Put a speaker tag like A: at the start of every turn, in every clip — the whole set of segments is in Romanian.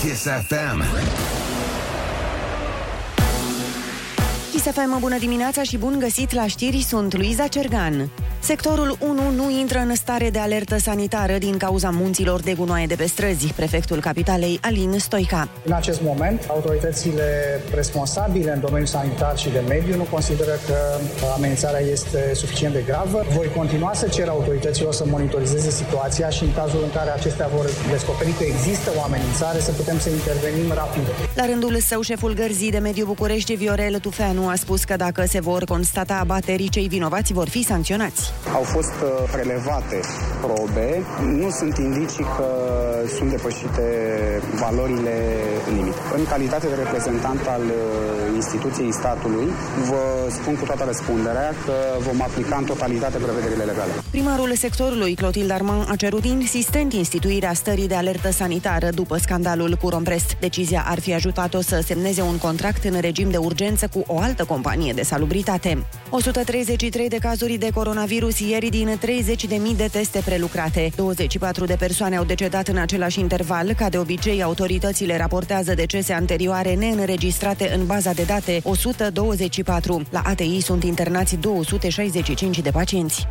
A: Kiss FM.
B: Chisafem, bună dimineața și bun găsit la știri, sunt Luiza Cergan. Sectorul 1 nu intră în stare de alertă sanitară din cauza munților de gunoaie de pe străzi, prefectul capitalei Alin Stoica.
C: În acest moment, autoritățile responsabile în domeniul sanitar și de mediu nu consideră că amenințarea este suficient de gravă. Voi continua să cer autorităților să monitorizeze situația și în cazul în care acestea vor descoperi că există o amenințare, să putem să intervenim rapid.
B: La rândul său, șeful Gărzii de Mediu București, Viorel Tufeanu, a spus că dacă se vor constata abaterii, cei vinovați vor fi sancționați.
D: Au fost uh, prelevate probe, nu sunt indicii că sunt depășite valorile limit. În calitate de reprezentant al uh, instituției statului, vă spun cu toată răspunderea că vom aplica în totalitate prevederile legale.
B: Primarul sectorului, Clotilde Armand, a cerut insistent instituirea stării de alertă sanitară după scandalul cu Romprest. Decizia ar fi ajutat-o să semneze un contract în regim de urgență cu o altă companie de salubritate. 133 de cazuri de coronavirus ieri din 30.000 de teste prelucrate. 24 de persoane au decedat în același interval. Ca de obicei, autoritățile raportează decese anterioare neînregistrate în baza de date 124. La ATI sunt internați 265 de pacienți.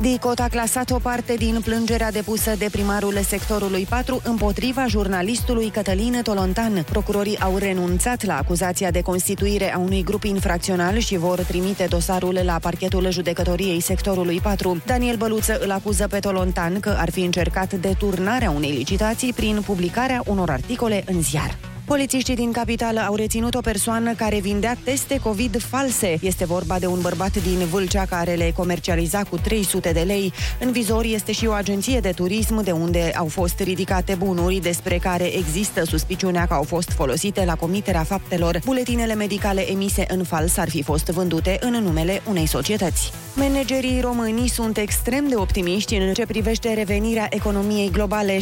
B: DICOT a clasat o parte din plângerea depusă de primarul sectorului 4 împotriva jurnalistului Cătălin Tolontan. Procurorii au renunțat la acuzația de constituire a unui grup infracțional și vor trimite dosarul la parchetul judecătoriei sectorului 4. Daniel Băluță îl acuză pe Tolontan că ar fi încercat deturnarea unei licitații prin publicarea unor articole în ziar. Polițiștii din capitală au reținut o persoană care vindea teste COVID false. Este vorba de un bărbat din Vâlcea care le comercializa cu 300 de lei. În vizor este și o agenție de turism de unde au fost ridicate bunuri despre care există suspiciunea că au fost folosite la comiterea faptelor. Buletinele medicale emise în fals ar fi fost vândute în numele unei societăți. Managerii românii sunt extrem de optimiști în ce privește revenirea economiei globale. 60%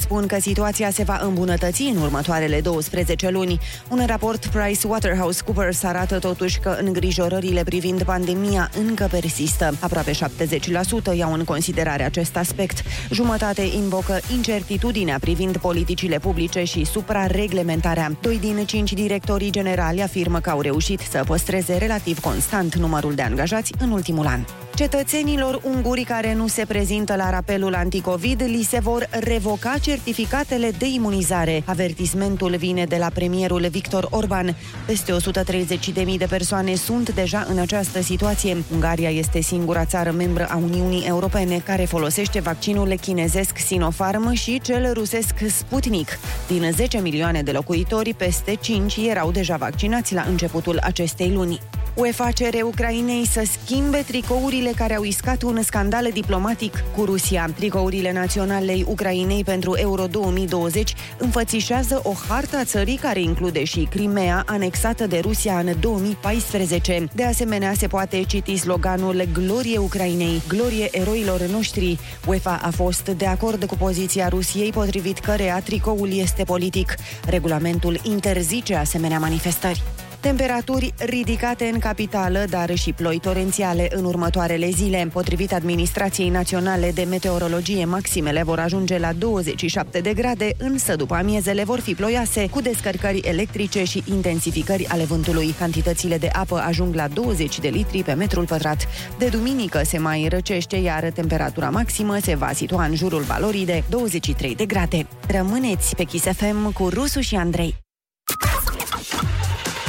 B: spun că situația se va îmbunătăți în următoarea următoarele 12 luni. Un raport PricewaterhouseCoopers arată totuși că îngrijorările privind pandemia încă persistă. Aproape 70% iau în considerare acest aspect. Jumătate invocă incertitudinea privind politicile publice și suprareglementarea. Doi din cinci directorii generali afirmă că au reușit să păstreze relativ constant numărul de angajați în ultimul an. Cetățenilor unguri care nu se prezintă la rapelul anticovid li se vor revoca certificatele de imunizare. Avertismentul vine de la premierul Victor Orban. Peste 130.000 de persoane sunt deja în această situație. Ungaria este singura țară membră a Uniunii Europene care folosește vaccinul chinezesc Sinopharm și cel rusesc Sputnik. Din 10 milioane de locuitori, peste 5 erau deja vaccinați la începutul acestei luni. UEFA cere Ucrainei să schimbe tricourile care au iscat un scandal diplomatic cu Rusia. Tricourile naționalei Ucrainei pentru Euro 2020 înfățișează o harta țării care include și Crimea, anexată de Rusia în 2014. De asemenea, se poate citi sloganul Glorie Ucrainei, glorie eroilor noștri. UEFA a fost de acord cu poziția Rusiei, potrivit cărea tricoul este politic. Regulamentul interzice asemenea manifestări. Temperaturi ridicate în capitală, dar și ploi torențiale în următoarele zile. Potrivit Administrației Naționale de Meteorologie, maximele vor ajunge la 27 de grade, însă după amiezele vor fi ploioase, cu descărcări electrice și intensificări ale vântului. Cantitățile de apă ajung la 20 de litri pe metrul pătrat. De duminică se mai răcește, iar temperatura maximă se va situa în jurul valorii de 23 de grade. Rămâneți pe Kiss FM cu Rusu și Andrei.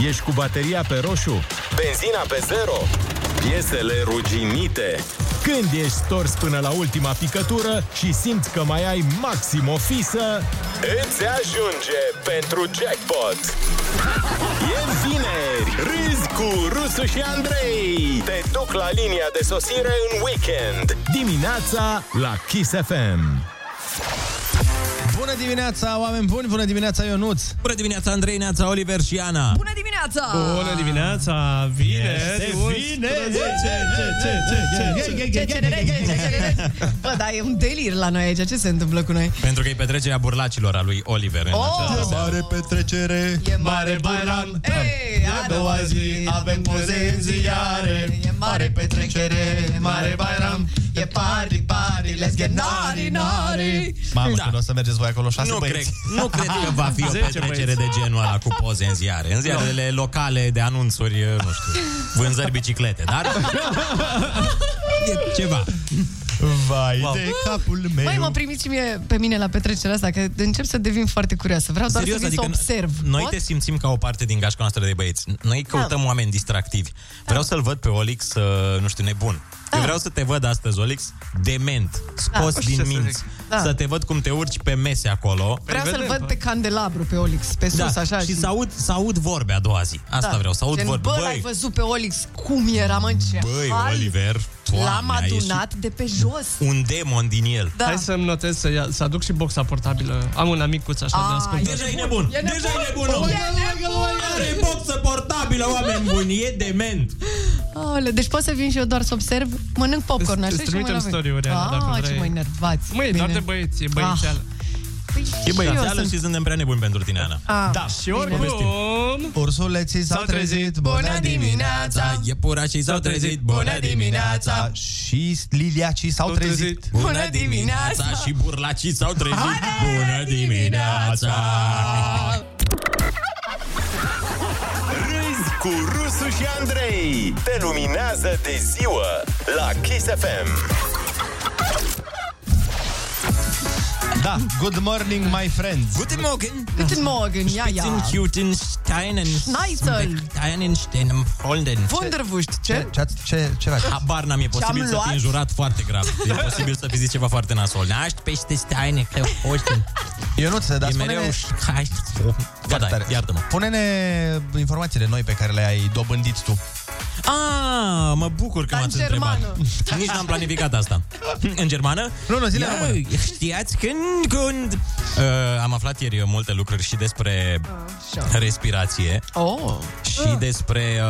E: Ești cu bateria pe roșu?
F: Benzina pe zero? Piesele ruginite?
E: Când ești stors până la ultima picătură și simți că mai ai maxim o fisă,
F: îți ajunge pentru jackpot! E vineri! Râzi cu Rusu și Andrei! Te duc la linia de sosire în weekend!
E: dimineața la Kiss FM.
G: Bună dimineața, oameni buni! Bună dimineața, Ionuț!
H: Bună dimineața, Andrei, Neața, Oliver și Ana!
I: Bună dimineața!
H: dimineața,
G: Este vineri.
I: Ce cerere, ce cerere. Bă, dar e un delir la noi aici. Ce se întâmplă cu noi?
H: Pentru că e petrecerea burlacilor a lui Oliver în
I: Oh!
H: această seară.
G: Mare petrecere,
I: E mare
G: bairam
I: Ei, a doua zi avem poze în ziare. E mare petrecere, e mare bairam. get party, party, let's get naughty, naughty.
G: Mamă,
H: Da.
G: da. când o să mergeți voi acolo șase
H: Nu cred,
G: băieți.
H: nu cred că va fi o petrecere de genul ăla cu poze în ziare. În ziarele locale de anunțuri, nu știu, vânzări biciclete, dar... E ceva.
G: Vai wow. de capul meu.
I: Băi, mă primiți și mie pe mine la petrecerea asta, că încep să devin foarte curioasă. Vreau doar
H: Serios,
I: să vin
H: adică
I: să observ. Da.
H: noi
I: Pot?
H: te simțim ca o parte din gașca noastră de băieți. Noi căutăm oameni distractivi.
I: Da.
H: Vreau să-l văd pe Olix, uh, nu știu, nebun. Eu vreau să te văd astăzi, Olix, dement, scos
A: Da. Ce
H: din
A: să
H: minți. Să,
A: zic?
I: Da.
H: te văd cum te urci pe mese acolo.
I: Vreau
A: Păi
I: să-l
A: vedem,
I: văd pe candelabru, pe Olix, pe sus, așa.
H: Da,
I: Da.
H: și să aud, să aud vorbe a doua zi. Asta vreau, să aud
I: Gen,
H: vorbe.
I: Bă, l-ai văzut pe Olix cum era, mă, în ce
H: băi,
I: hal?
H: Oliver,
I: L-am
H: Doamne, a ieșit
I: adunat de pe jos.
H: un demon din el.
I: Da.
A: Hai să-mi notez să, ia, să aduc și boxa portabilă. Am un amicuț așa de
I: Ah,
A: ascultat.
H: Deja e nebun!
I: E nebun.
H: Deja e nebun!
I: E
H: om.
I: nebun.
H: Are boxă portabilă, oameni buni! E dement!
I: Aole, deci pot să vin și eu doar să observ, mănânc popcorn,
A: Îți- îți
I: așa și mă
A: trimitem story-uri, Ana, dacă
I: Ah,
A: vrei.
I: ce mă enervați.
A: Măi, e doar de băieți, e băiețeală.
I: Păi,
H: E
I: și eu
H: băiețeală
I: sunt-
H: și suntem prea nebuni pentru tine, Ana.
I: Ah.
A: Da, și oricum...
G: Ursuleții s-au
A: S-au trezit.
G: trezit, bună dimineața!
H: Iepurașii s-au trezit, bună dimineața!
G: Și liliacii s-au
A: Au
G: trezit.
A: trezit.
I: Bună dimineața!
H: Și burlacii s-au trezit, bună dimineața!
F: Râzi cu Rusu și Andrei. Te luminează de ziua la Kiss FM.
G: Da, good morning, my friends!
H: Guten Morgen!
I: Guten Morgen, ja,
H: Guten
I: ja.
H: Guten Steinen!
I: Schneizel.
H: Steinen, Steinen, Holden!
I: Wunderwurst, ce?
G: Ce, ce, ce faci?
H: Habar n-am, e posibil
I: Ce-am
H: să
I: luat?
H: fi înjurat foarte grav. E posibil să fi zis ceva foarte nasol. Naști pește steine, că oști.
G: Eu nu
H: Da,
G: dar
H: e mereu
G: spune-ne...
H: șcaști. Ba da, iartă-mă.
G: Pune-ne informațiile noi pe care le-ai dobândit tu.
H: A, mă Ah, bucur că
I: Dar
H: m-ați
I: în
H: întrebat.
I: germană.
H: Nici n-am planificat asta. În germană?
G: Nu, nu, zile
H: Ia,
G: în română.
H: Știați când, când... Uh, am aflat ieri multe lucruri și despre respirație
I: Ah, Oh,
H: și despre,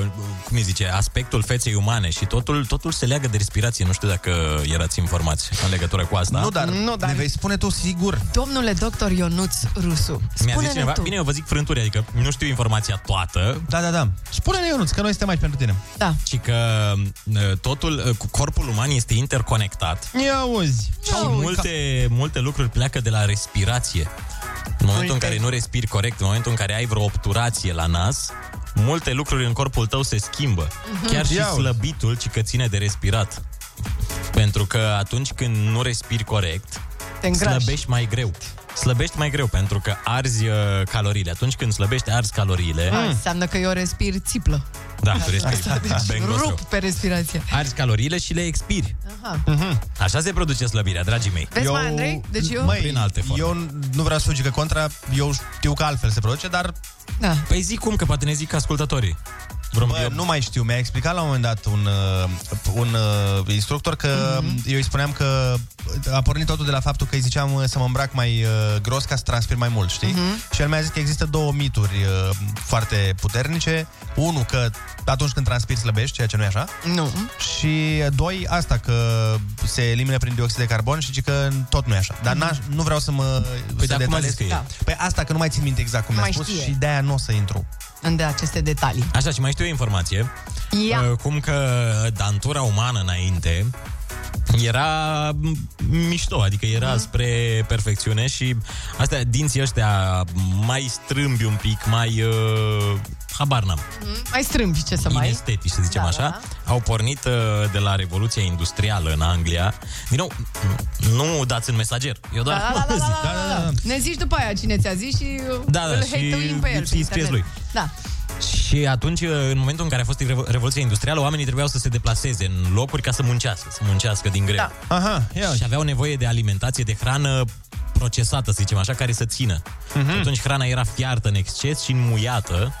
H: uh, cum îi zice, aspectul feței umane și totul, totul se leagă de respirație. Nu știu dacă erați informați în legătură cu asta.
G: Nu, dar, nu, dar ne vei spune tu sigur.
I: domnule doctor Ionuț Rusu,
H: Mi-a zis
I: spune-ne
H: cineva,
I: tu.
H: bine, eu vă zic frânturi, adică nu știu informația toată,
G: Da, da, da. Spune-ne, Ionuț, că noi suntem aici pentru tine.
I: Da.
H: ci că uh, totul, uh, cu corpul uman este interconectat
G: Ia auzi.
H: și multe, multe lucruri pleacă de la respirație. În momentul în
G: Uite.
H: care nu respiri corect, în momentul în care ai vreo obturație la nas, multe lucruri în corpul tău se schimbă. Chiar și
G: Ia uite.
H: slăbitul, ci că ține de respirat. Pentru că atunci când nu respiri corect,
I: Te îngrași.
H: slăbești mai greu. Slăbești mai greu pentru că arzi uh, caloriile. Atunci când slăbești, arzi caloriile. Hmm.
I: Ah, Înseamnă că eu respir țiplă.
H: Da, tu respiri.
I: Deci
H: Bang,
I: rup
H: nostru.
I: pe respirație.
H: Arzi caloriile și le expiri.
I: Aha.
G: Mhm.
H: Așa se produce slăbirea, dragii mei.
I: Vezi, mai Andrei? Deci eu...
G: Măi,
H: Prin alte forme.
G: Eu nu vreau să că contra, eu știu că altfel se produce, dar
I: Da.
H: Păi zic cum, că poate ne zic ascultătorii. Vreun
G: Bă,
H: biop-
G: nu mai știu, mi-a explicat la un moment dat un, uh, un uh, instructor că
I: Mhm.
G: mm-hmm. eu îi spuneam că a pornit totul de la faptul că îi ziceam uh, să mă îmbrac mai uh, gros ca să transpir mai mult, știi?
I: Mhm.
G: Mm-hmm. Și el mi-a zis că există două mituri uh, foarte puternice. Unul, că atunci când transpiri slăbești, ceea ce nu e așa.
I: Nu.
G: Și uh, doi, asta, că se elimine prin dioxid de carbon și zici că tot nu e așa.
I: Mhm.
G: Dar n-aș, nu vreau să mă să
H: Păi dar cum a zis că e?
G: Da. Păi asta, că nu mai țin minte exact cum
I: Nu
G: mi-a
I: mai
G: spus
I: știe.
G: și de-aia nu o să intru.
I: În de aceste detalii.
H: Așa, și mai știu o informație.
I: Ia.
H: Uh, Cum că dantura umană înainte era m- mișto, adică
I: Mhm.
H: era spre perfecțiune și astea, dinții ăștia mai strâmbi un pic, mai... Uh, habar n-am.
I: Mai strâmbi, ce Mhm. să mai...
H: inestetici, să zicem
I: Da,
H: așa,
I: da,
H: au pornit uh, de la Revoluția Industrială în Anglia. Din nou, nu dați în mesager. Eu doar
I: Da, da, da, da,
H: zic.
I: da, da, da. Ne zici după aia cine ți-a zis și uh,
H: Da, da,
I: îl
H: și
I: hate-uim pe el.
H: îi
I: pe
H: scrieți
I: internet.
H: lui.
I: Da.
H: Și atunci, în momentul în care a fost Revo- Revoluția Industrială, oamenii trebuiau să se deplaseze în locuri ca să muncească, să muncească din greu.
I: Da.
G: Aha, ia
H: Și aveau nevoie de alimentație, de hrană procesată, să zicem așa, care să țină.
G: Mhm.
H: Mm-hmm. Și atunci hrana era fiartă în exces și înmuiată,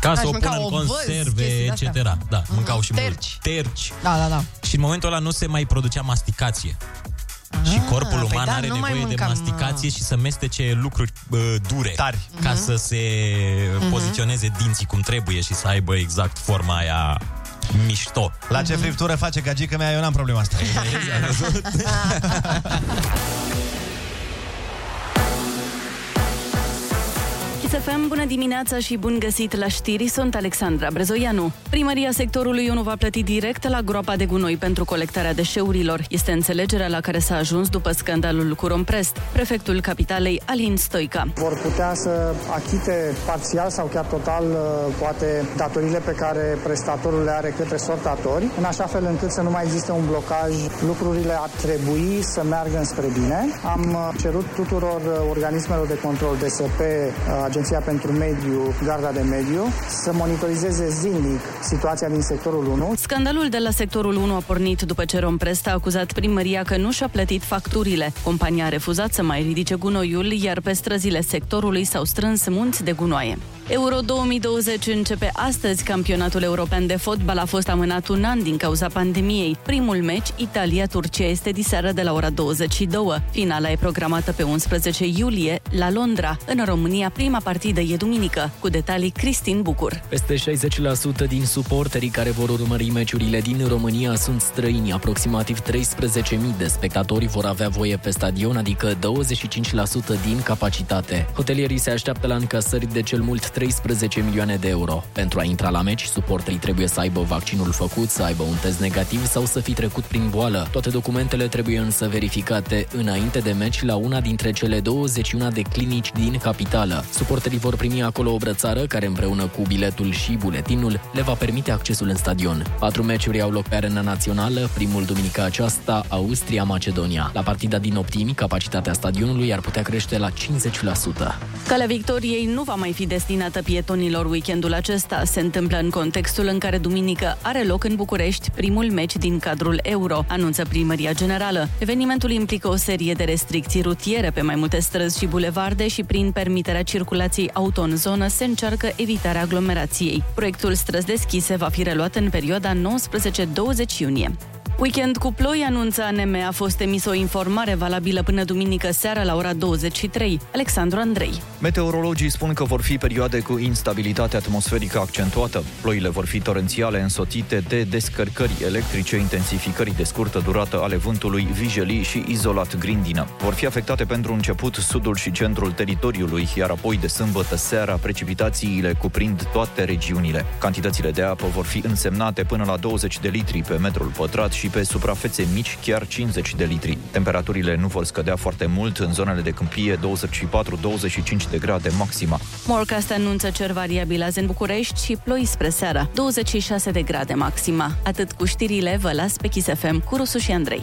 H: ca să
I: și
H: o pună
I: Mhm. mâncau
H: în
I: ovăz,
H: conserve,
I: chestii
H: etc.
I: de-astea.
H: Da, mâncau și
I: Mhm. Terci.
H: mult. Terci.
I: Da, da, da.
H: Și în momentul ăla nu se mai producea masticație. Și corpul
I: păi
H: uman
I: da,
H: are
I: nu mai
H: nevoie de
I: mâncam,
H: masticație și să mestece lucruri bă, dure
G: Tari.
H: ca
I: Mhm.
H: să se poziționeze dinții cum trebuie și să aibă exact forma aia mișto.
G: La
I: Mhm.
G: ce friptură face gagica mea, eu n-am problema asta.
J: Kiss SFM, bună dimineața și bun găsit la știri, sunt Alexandra Brezoianu. Primăria sectorului 1 va plăti direct la groapa de gunoi pentru colectarea deșeurilor. Este înțelegerea la care s-a ajuns după scandalul cu Romprest. Prefectul capitalei Alin Stoica.
C: Vor putea să achite parțial sau chiar total uh, poate datorile pe care prestatorul le are către sortatori, în așa fel încât să nu mai existe un blocaj. Lucrurile ar trebui să meargă înspre bine. Am uh, cerut tuturor uh, organismelor de control, DSP, uh, Agenția pentru Mediu, Garda de Mediu, să monitorizeze zilnic situația din sectorul 1.
J: Scandalul de la sectorul 1 a pornit după ce Romprest a acuzat primăria că nu și-a plătit facturile. Compania a refuzat să mai ridice gunoiul, iar pe străzile sectorului s-au strâns munți de gunoaie. Euro 2020 începe astăzi. Campionatul european de fotbal a fost amânat un an din cauza pandemiei. Primul meci, Italia-Turcia, este diseară de la ora 22. Finala e programată pe 11 iulie la Londra. În România, prima partidă e duminică. Cu detalii, Cristin Bucur.
K: Peste 60% din suporterii care vor urmări meciurile din România sunt străini. Aproximativ 13.000 de spectatori vor avea voie pe stadion, adică 25% din capacitate. Hotelierii se așteaptă la încasări de cel mult 13 milioane de euro. Pentru a intra la meci, suporterii trebuie să aibă vaccinul făcut, să aibă un test negativ sau să fi trecut prin boală. Toate documentele trebuie însă verificate înainte de meci la una dintre cele 21 de clinici din capitală. Suporterii vor primi acolo o brățară care împreună cu biletul și buletinul le va permite accesul în stadion. Patru meciuri au loc pe arena națională, primul duminica aceasta, Austria-Macedonia. La partida din optimi, capacitatea stadionului ar putea crește la 50%.
J: Calea Victoriei nu va mai fi destinată pietonilor weekendul acesta. Se întâmplă în contextul în care duminică are loc în București primul meci din cadrul Euro, anunță Primăria Generală. Evenimentul implică o serie de restricții rutiere pe mai multe străzi și bulevarde și prin permiterea circulației auto în zonă se încearcă evitarea aglomerației. Proiectul Străzi Deschise va fi reluat în perioada 19-20 iunie. Weekend cu ploi, anunță ANM, a fost emis o informare valabilă până duminică seara la ora 23. Alexandru Andrei.
L: Meteorologii spun că vor fi perioade cu instabilitate atmosferică accentuată. Ploile vor fi torențiale însoțite de descărcări electrice, intensificări de scurtă durată ale vântului, vijelii și izolat grindină. Vor fi afectate pentru început sudul și centrul teritoriului, iar apoi de sâmbătă seara precipitațiile cuprind toate regiunile. Cantitățile de apă vor fi însemnate până la 20 de litri pe metrul pătrat și pe suprafețe mici chiar 50 de litri. Temperaturile nu vor scădea foarte mult în zonele de câmpie 24-25 de grade maxima.
J: Morcast anunță cer variabil azi în București și ploi spre seara, 26 de grade maxima. Atât cu știrile, vă las pe Kiss FM cu Rusu și Andrei.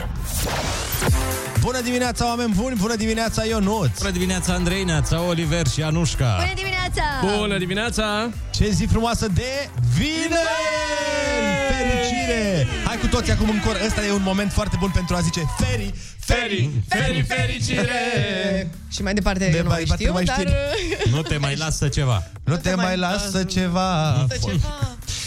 G: Bună dimineața, oameni buni! Bună dimineața, Ionuț!
H: Bună dimineața, Andrei, Neața, Oliver și
K: Ah.
H: Anușca!
M: Bună dimineața!
G: dimineața! Ce zi frumoasă de vineri! Fericire! Hai cu toți acum în cor. Ăsta e un moment foarte bun pentru a zice feri, feri, feri, fericire!
I: Și mai departe, de eu nu mai știu, mai dar... uh,
H: Nu te mai lasă ceva.
G: Nu te mai lasă ceva.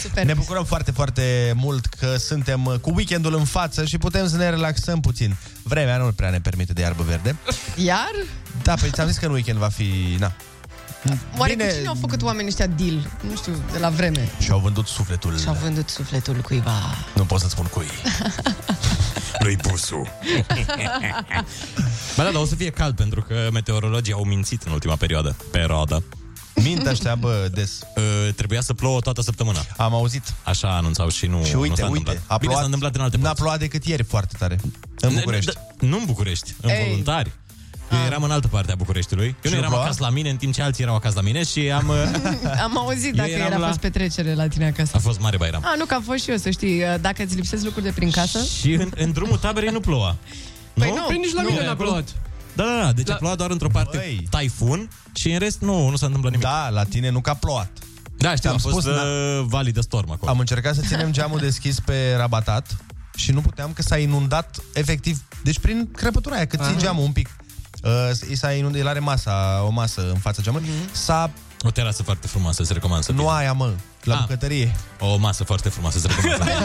I: Super.
G: Ne bucurăm foarte, foarte mult că suntem uh, cu weekendul în față și putem să ne relaxăm puțin. Vremea nu prea ne permite de iarbă verde.
I: Iar?
G: Da, păi ți-am zis că în weekend va fi... Na.
I: Oare
G: Bine.
I: Bine. cu cine au făcut oamenii ăștia deal? Nu știu, de la vreme.
G: Și-au vândut sufletul.
I: Și-au vândut sufletul cuiva.
G: Nu pot să spun cui.
H: Lui Busu. Ba da, dar o să fie cald, pentru că meteorologii au mințit în ultima perioadă. Perioadă.
G: Mint ăștia, bă, des.
H: Trebuia să plouă toată săptămâna.
G: Am auzit.
H: Așa anunțau și nu
G: Și
H: nu
G: uite,
H: s-a
G: uite,
H: întâmplat. Bine, s-a întâmplat în alte
G: N-a plouat decât ieri foarte tare. În
H: Ne-
G: București.
H: da- Nu în București, în
I: Ei.
H: voluntari. Eu eram în altă parte a Bucureștiului. Eu
G: Și
H: nu eram
G: ploua?
H: acasă la mine, în timp ce alții erau acasă la mine și am... uh,
I: Am auzit
H: Eu
I: dacă
H: eram
I: era
H: la-
I: la... fost petrecere la tine acasă.
H: A fost mare bairam.
I: A, Ah, nu, că am fost și eu, să știi. uh, Dacă îți lipsesc lucruri de prin casă...
H: Și în, în drumul taberei nu ploua.
I: Păi nu,
A: Păi nici la
I: nu.
A: mine n-a plouat.
H: Da, da, da, deci a plouat doar într-o parte
G: Băi.
H: taifun și în rest nu, nu s-a întâmplat nimic.
G: Da, la tine nu că a plouat.
H: Da, știu,
G: Am
H: am fost
G: spus,
H: spus, uh, Valley de Storm acolo.
G: Am încercat să ținem geamul deschis pe rabatat și nu puteam că s-a inundat efectiv, deci prin crăpătura aia, cât ții geamul un pic. Uh, i s-a inundat, el are masa, o masă în fața geamului, s-a
H: O terasă foarte frumoasă, îți recomand să Nu
G: aia, mă, la bucătărie.
H: O masă foarte frumoasă, îți recomand.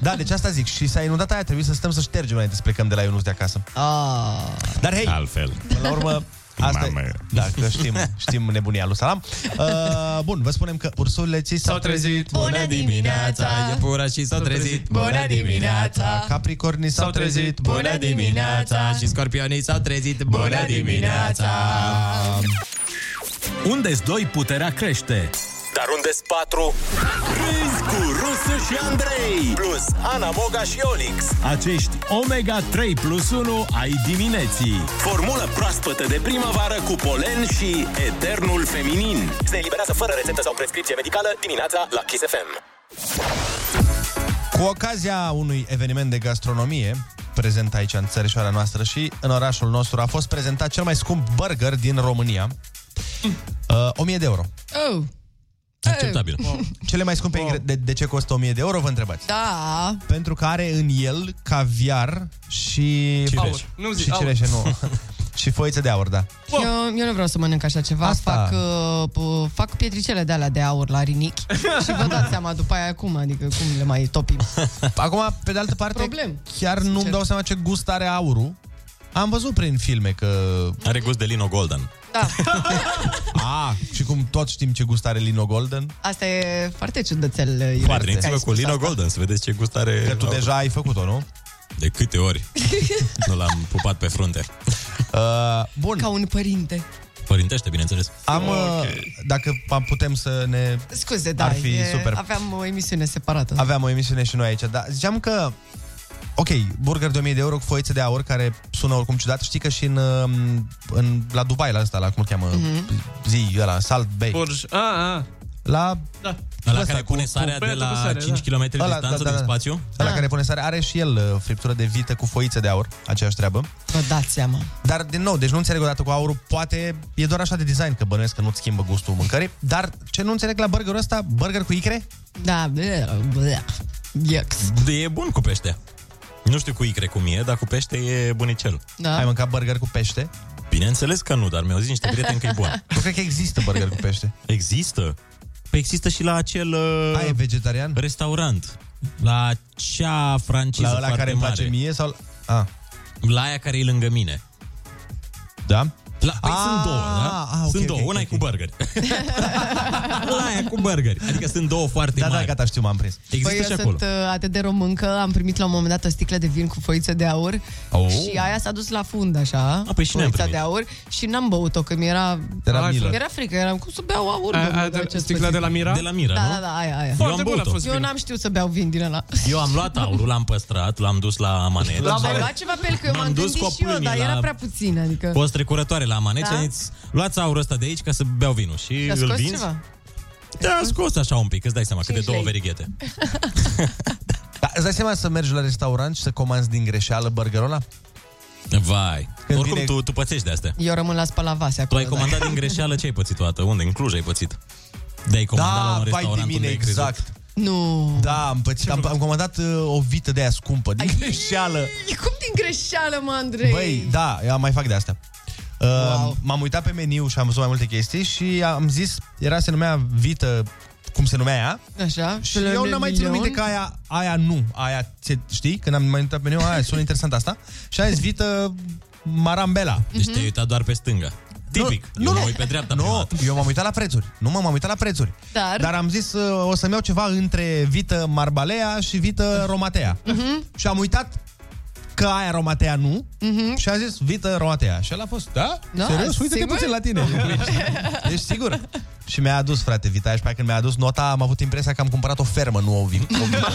G: Da, deci asta zic. Și s-a inundat aia, trebuie să stăm să ștergem înainte să plecăm de la Ionuț de acasă.
I: Ah.
G: Dar hei,
H: Altfel.
G: până la urmă, asta e, da, că știm, știm nebunia lui Salam. Uh, bun, vă spunem că ursurile ți s-au trezit.
H: Bună dimineața! Iepura și s-au trezit. Bună dimineața!
G: Capricornii s-au trezit.
H: Bună dimineața! Și scorpionii s-au trezit. Bună dimineața!
M: Unde-s doi puterea crește?
F: Dar unde sunt patru? Râzi cu Rusu și Andrei Plus Ana Moga și Olix
M: Acești Omega 3 plus 1 ai dimineții.
F: Formulă proaspătă de primăvară cu polen și eternul feminin Se eliberează fără rețetă sau prescripție medicală dimineața la Kiss FM
G: Cu ocazia unui eveniment de gastronomie prezent aici în țărișoara noastră și în orașul nostru a fost prezentat cel mai scump burger din România. Uh, 1000 de euro.
I: Oh.
G: Cele mai scumpe wow. de, de ce costă 1000 de euro, vă întrebați?
I: Da.
G: Pentru că are în el caviar și...
I: Cireș. Aur. Nu zic
G: și
I: aur.
G: cireșe, nu. și foițe de aur, da.
I: Eu, eu nu vreau să mănânc așa ceva. Asta. Fac, uh, p- fac pietricele de alea de aur la rinichi și vă dați seama după aia cum, adică cum le mai topim.
G: Acum, pe de altă parte,
I: Problem.
G: chiar nu-mi dau seama ce gust are aurul. Am văzut prin filme că...
H: Are gust de Lino Golden.
I: Da.
G: A, și cum toți știm ce gust are Lino Golden?
I: Asta e foarte ciudățel. Ionuț, că ai
H: Pătriniți-vă cu
I: spus
H: Lino
I: asta.
H: Golden să vedeți ce gust are.
G: Că tu deja ai făcut-o, nu?
H: De câte ori nu l-am pupat pe frunte.
G: Uh, bun.
I: Ca un părinte.
H: Părintește, bineînțeles.
G: Am, uh, okay. dacă am- putem să ne...
I: Scuze, da.
G: Ar fi
I: e,
G: super.
I: Aveam o emisiune separată.
G: Aveam o emisiune și noi aici, dar ziceam că... Ok, burger de 1000 de euro cu foițe de aur, care sună oricum ciudat. Știi că și în, um, în la Dubai, la asta, la cum îl cheamă,
A: Mhm.
G: mm-hmm. zi, ăla, Salt Bay.
A: Burj.
H: Ah.
A: A, a.
G: La...
A: Da.
H: Ăla
G: Ăsta
H: care
G: cu-
H: pune
G: cu
H: sarea de
G: băiatul
H: la
G: cu sare,
H: 5
G: da.
H: km distanță din spațiu?
G: Ăla
I: Ah.
G: care pune sare are și el uh, friptură de vită cu foițe de aur, aceeași treabă.
I: Vă dați seama.
G: Dar, din nou, deci nu înțeleg odată cu aurul, poate e doar așa de design, că bănuiesc că nu-ți schimbă gustul mâncării, dar ce nu înțeleg la burgerul ăsta, burger cu icre?
I: Da, blea, blea. Iax.
H: De e bun cu pește. Nu știu cu icre cum e, dar cu pește e bunicel.
I: Da. Ai
G: mâncat burger cu pește?
H: Bineînțeles că nu, dar mi-au zis niște prieteni că e bun.
G: Nu cred că există burger cu pește. Ah,
H: Există? Păi există și la acel... Uh,
G: e vegetarian?
H: Restaurant. La cea franciză
G: La ăla
H: foarte
G: care îmi place
H: mare.
G: mie Ah. sau... A.
H: La aia care e lângă mine.
G: Da?
H: La, păi
G: Ah,
H: sunt două, da?
G: ah, ok,
H: sunt
G: ok,
H: două,
G: ok,
H: una
G: ok.
H: e cu burgeri. la aia cu burgeri. Adică sunt două foarte
G: Da,
H: mari.
G: da, gata, știu, m-am prins.
H: Există
I: Păi
H: și
I: eu
H: acolo.
I: sunt uh, atât de român că am primit la un moment dat o sticlă de vin cu foiță de aur
H: Au.
I: și aia s-a dus la fund așa, A,
H: Oh. păi și noi am
I: foița de
H: primit.
I: aur și n-am băut-o, că mi-era,
H: Era
I: Hai,
H: milă.
I: mi-era frică, eram cum să beau aur.
H: A-
I: domnule,
H: aia de-
I: dar ce
H: sticla
I: spățit.
H: de la Mira? De la Mira,
I: da,
H: nu?
I: Da, da, aia, aia.
H: Foarte Eu am bună a băut-o. fost
I: Eu
H: vinul.
I: n-am știut să beau vin din ăla.
H: Eu am luat aurul, l-am păstrat, l-am dus la manet.
I: Am mai luat ceva pe el, că eu
H: da. M-am
I: m-am
H: dus
I: gândit
H: cu
I: și eu,
H: pâinii
I: dar
H: la-
I: era prea puțin, adică...
H: Fost trecurătoare la manet
I: Da.
H: și am zis, luați aurul ăsta de aici ca să beau vinul. Și
I: Și a
H: îl
I: scos
H: vinzi.
I: ceva.
H: Da, a scos așa un pic, îți dai seama, că de
I: Cinci
H: două
I: lei.
H: verighete.
G: Da, îți dai seama să mergi la restaurant și să comanzi din greșeală burgerul ăla?
H: Vai.
G: Când
H: Oricum,
G: vine-
H: tu, tu pățești de astea.
I: Eu rămân la spăla vase
H: Tu
I: acolo.
H: ai comandat
I: da.
H: din greșeală ce ai pățit toată? Unde? În Cluj ai pățit. De-ai comandat
G: Da,
H: la un
G: vai de
H: restaurant
G: mine,
H: unde ai crezut.
G: exact.
I: Nu.
G: Da, am, pățit, am, am comandat uh, o vită de aia scumpă, din greșeală.
I: Cum din greșeală, mă, Andrei?
G: Băi, da, eu mai fac de astea. Uh, wow. M-am uitat pe meniu și am văzut mai multe chestii și am zis, era se numea vită, cum se numea ea,
I: Așa?
G: și eu n-am mai ținut minte că aia, aia nu, aia, ți- știi, când am mai uitat pe meniu, aia sună interesant asta, și am zis vită marambela.
H: Deci te-ai uitat doar pe stânga. Tipic. Nu, eu mă uit pe dreapta prima
G: Nu,
H: dată.
G: eu m-am uitat la prețuri. Nu mă, m-am uitat la prețuri.
I: Dar?
G: Dar am zis, uh, o să-mi iau ceva între vită marbalea și vită romatea. Uh-huh. Și am uitat că aia romatea nu uh-huh. și a zis vită romatea. Și el a fost, da?
I: Da,
G: Serios? Uite-te
I: sigur?
G: puțin la tine. Deci sigur. Și mi-a adus, frate, vita aia și pe aia când mi-a adus nota, am avut impresia că am cumpărat o fermă, nu o, vi- o vită.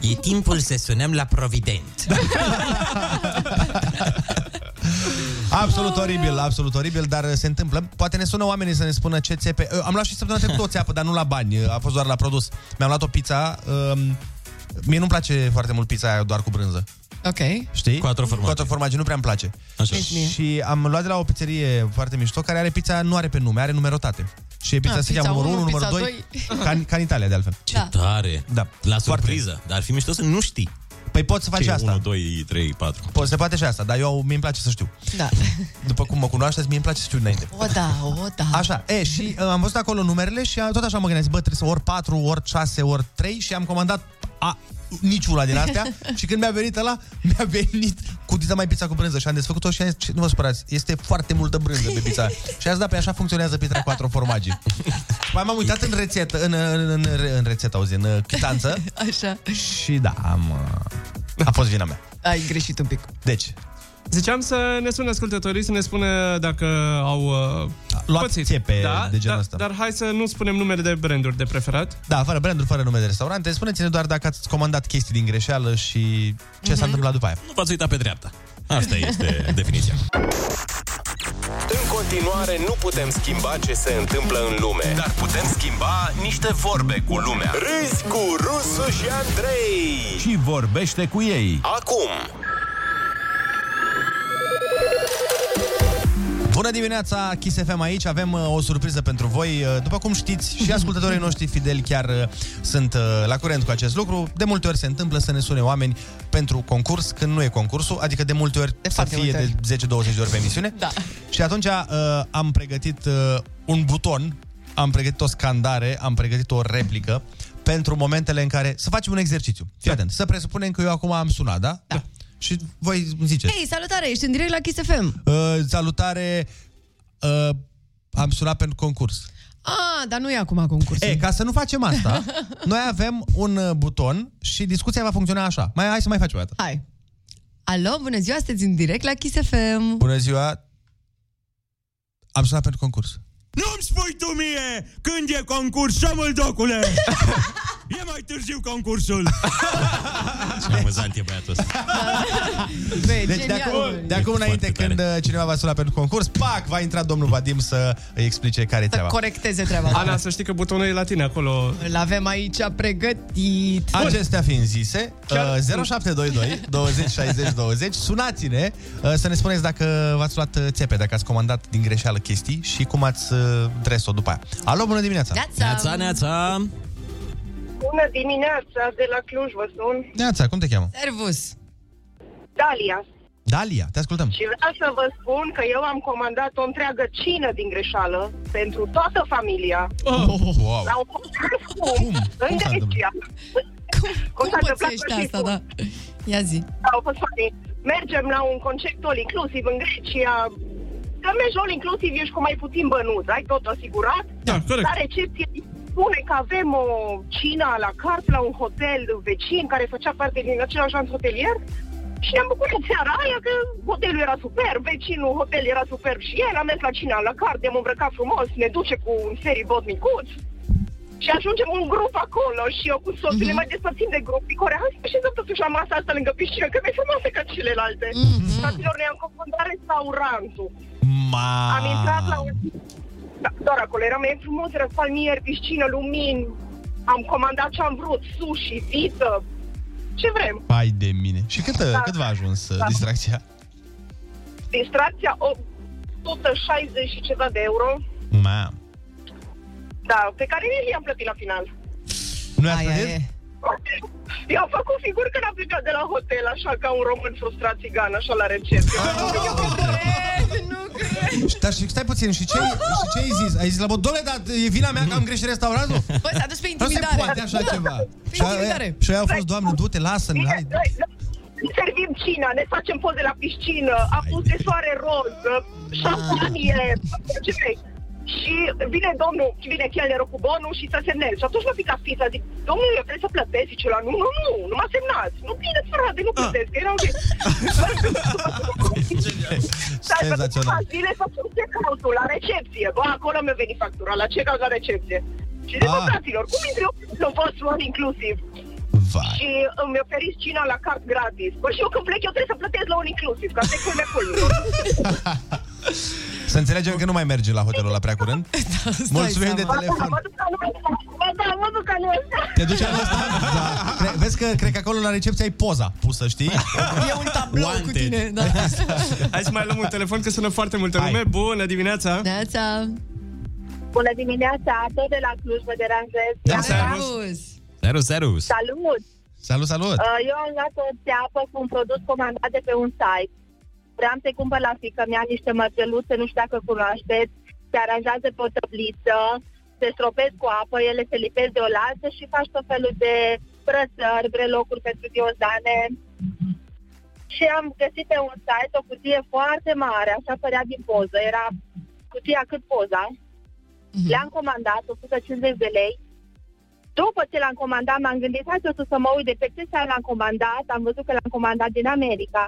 H: E timpul să sunăm la Provident.
G: Absolut oribil, absolut oribil, dar uh, se întâmplă. Poate ne sună oamenii să ne spună ce țepe. Uh, Am luat și săptămâna trecută o țeapă, dar nu la bani, uh, a fost doar la produs. Mi-am luat o pizza. um, Mie nu-mi place foarte mult pizza aia doar cu brânză.
I: Ok.
G: Știi? Cu
H: atroformaggio.
G: Cu atroformaggio, nu prea îmi place.
H: Așa.
I: Nici Deci mie.
G: Și am luat de la o pizzerie foarte mișto care are pizza, nu are pe nume, are numerotate. Și e pizza
I: Ah,
G: se
I: pizza
G: cheamă numărul 1,
I: unu,
G: numărul
I: pizza
G: 2, ca, în- ca în Italia de altfel.
H: Ce tare.
G: Da.
H: La surpriză. Dar ar fi mișto să nu știi.
G: Păi poți să faci
H: Ce e?
G: asta.
H: 1, 2, 3, 4.
G: Poți, se poate și asta, dar eu mi-mi place să știu.
I: Da.
G: După cum mă cunoașteți, mi-mi place să știu înainte.
I: O da, o da.
G: Așa, e, și uh, am văzut acolo numerele și uh, tot așa mă gândesc, bă, trebuie să ori 4, ori 6, ori 3 și am comandat a, niciuna din astea și când mi-a venit ăla, mi-a venit cutița mai pizza cu brânză și am desfăcut-o și am zis, "Ce- nu vă supărați, este foarte multă brânză pe pizza. și azi, da, pe așa funcționează pizza patru formagii. și mai m-am uitat în rețetă, în, în, în, în rețetă, auzi, în uh, chitanță
I: Așa.
G: și da, am... uh, A fost vina mea.
I: Ai greșit un pic.
G: Deci,
A: Ziceam să ne sună ascultătorii să ne spună dacă au uh,
G: luat țepe
A: da,
G: de genul
A: da,
G: ăsta.
A: Dar hai să nu spunem numele de branduri de preferat.
G: Da, fără branduri, fără nume de restaurante. Spuneți-ne doar dacă ați comandat chestii din greșeală și ce s-a întâmplat după aia.
H: Mhm. Nu v-ați uitat pe dreapta. Asta este definiția.
F: În continuare, nu putem schimba ce se întâmplă în lume, dar putem schimba niște vorbe cu lumea. Râzi cu Rusu și Andrei.
M: Și vorbește cu ei.
F: Acum,
G: Bună dimineața, Kiss FM aici. Avem uh, o surpriză pentru voi. Uh, După cum știți, și ascultătorii noștri fideli chiar uh, sunt uh, la curent cu acest lucru. De multe ori se întâmplă să ne sune oameni pentru concurs când nu e concursul, adică de multe ori de să
I: foarte
G: fie
I: multe ori.
G: de 10-20 de ori pe emisiune.
I: Da.
G: Și atunci uh, am pregătit uh, un buton, am pregătit o scandare, am pregătit o replică pentru momentele în care... Să facem un exercițiu.
I: Da.
G: Fii atent. Să presupunem că eu acum am sunat, da? Da. Și voi îmi ziceți.
N: Hei, salutare, ești în direct la Kiss FM.
G: Uh, salutare, uh, am sunat pentru concurs.
I: A, Ah, dar nu e acum concursul.
G: E, ca să nu facem asta, noi avem un uh, buton și discuția va funcționa așa. Mai hai să mai facem o dată.
N: Hai. Alo, bună ziua, sunteți în direct la Kiss FM.
G: Bună ziua, am sunat pentru concurs.
O: Nu-mi spui tu mie când e concurs, omul docule! e mai târziu concursul!
H: Ce amuzant e băiatul ăsta. Da.
G: Deci de
O: genial.
G: acum, de acum
H: E
G: înainte când uh, cineva va suna pentru concurs, pac, va intra domnul Vadim să îi explice care e treaba.
I: Corecteze treaba asta.
A: Ana, să știi că butonul e la tine acolo.
I: Îl avem aici pregătit.
G: Acestea fiind zise, uh, 0722 20 60 20, sunați-ne uh, să ne spuneți dacă v-ați luat uh, țepe, dacă ați comandat din greșeală chestii și cum ați uh, dres-o după aia. Alo, bună dimineața!
N: Neața!
H: Neața, neața!
P: Bună dimineața, de la Cluj vă sun.
G: Neața, cum te cheamă?
I: Servus!
P: Dalia.
G: Dalia, te ascultăm.
P: Și vreau să vă spun că eu am comandat o întreagă cină din greșeală pentru toată familia.
G: Oh, wow.
P: La un concurs cum? În Grecia. Cum, s-a întâmplat
N: pățești
P: și
N: asta,
P: cum?
N: da? Ia zi.
P: Au fost funny. Mergem la un concert all inclusiv în Grecia. Că mergi all inclusiv, ești cu mai puțin bănuți, ai tot asigurat.
A: Da, corect.
P: La recepție spune că avem o cină la carte la un hotel vecin care făcea parte din același lanț hotelier. Și ne-am bucurat seara aia că hotelul era superb, vecinul hotel era superb și el, am mers la cina la carte, ne-am îmbrăcat frumos, ne duce cu un feribot micuț. Și ajungem un grup acolo și eu cu soțul ne mai despărțim de grup. Zic, "Ore, hai să ieșim totuși la masa asta lângă piscină, că e mai frumoasă ca celelalte. Mm-hmm. Fraților, ne-am confundat restaurantul.
G: Ma...
P: Am intrat la un... Da, doar acolo, era mai frumos, era palmier, piscină, lumini. Am comandat ce am vrut, sushi, vită, ce vrem.
G: Pai de mine. Și cât, da.
P: Da.
G: cât v-a ajuns da.
P: Da.
G: distracția?
P: Distracția, o- 160 și ceva de euro,
G: Ma.
P: da, pe care eu i-am plătit la final.
G: Nu i-ați plătit?
P: I-au făcut figuri că n-a plecat de la hotel, așa ca un român frustrat țigan, așa la recepție.
G: Dar și stai puțin, și ce, și ce ai zis? Ai zis la bot, dom'le, dar uh, e vina mea că am greșit restaurantul?
I: Bă, s-a dus pe
G: Nu se
I: intimidare.
G: poate așa ceva.
I: Pe
G: Și aia,
I: intimidare.
G: și aia au fost, doamne, du-te, lasă-mi, hai.
P: Servim cina, ne facem poze la piscină, a pus de soare roz, șampanie, ce vrei. Și vine domnul, vine chelnerul cu bonul și să semnez. Și atunci mă pic pizza, zic, domnule, eu trebuie să plătesc? Zice la nu, nu, nu, nu mă semnați. Nu bineți, frate,
G: Ah.
P: nu plătesc, că era un
G: Senzațional.
P: Zile să pun check-out-ul la recepție. Bă, acolo mi-a venit factura, la check-out la recepție. Și zic,
G: Ah.
P: bă, fraților, cum intri eu în vostru all inclusiv? Și îmi oferiți cina la cart gratis. Bă, și eu când plec, eu trebuie să plătesc la un inclusiv, ca să-i culme culme.
G: Să înțelegem că nu mai merge la hotelul ăla prea curând.
I: Da,
G: Mulțumim de telefon.
P: Mă duc la noi. Bă, da, mă duc la noi.
G: Te duci anul ăsta? Da. Cre- vezi că cred că acolo la recepție ai poza pusă, știi?
I: E un tablou
G: Wanted. cu tine,
I: da.
A: Hai să mai luăm un telefon, că sună foarte multă lume. Bună dimineața!
N: Neața!
Q: Bună dimineața, tot de la Cluj, mă deranjez.
H: Da,
Q: Am
H: servus.
Q: dat-
H: Servus, servus!
Q: Salut!
G: Salut, salut!
Q: Uh, Eu am luat o țeapă cu un produs comandat de pe un site. Vreau să-i cumpăr la fică mea niște mărgeluțe, nu știu dacă cunoașteți, se aranjează pe o tăbliță, se stropesc cu apă, ele se lipesc de o lasă și faci tot felul de brățări, brelocuri pentru diozane. Și am găsit pe un site o cutie foarte mare, așa părea din poză, era cutia cât poza.
G: Mhm.
Q: Le-am comandat, 150 de lei, după ce l-am comandat, m-am gândit, hai totuși să mă uit de pe ce site l-am comandat. Am văzut că l-am comandat din America.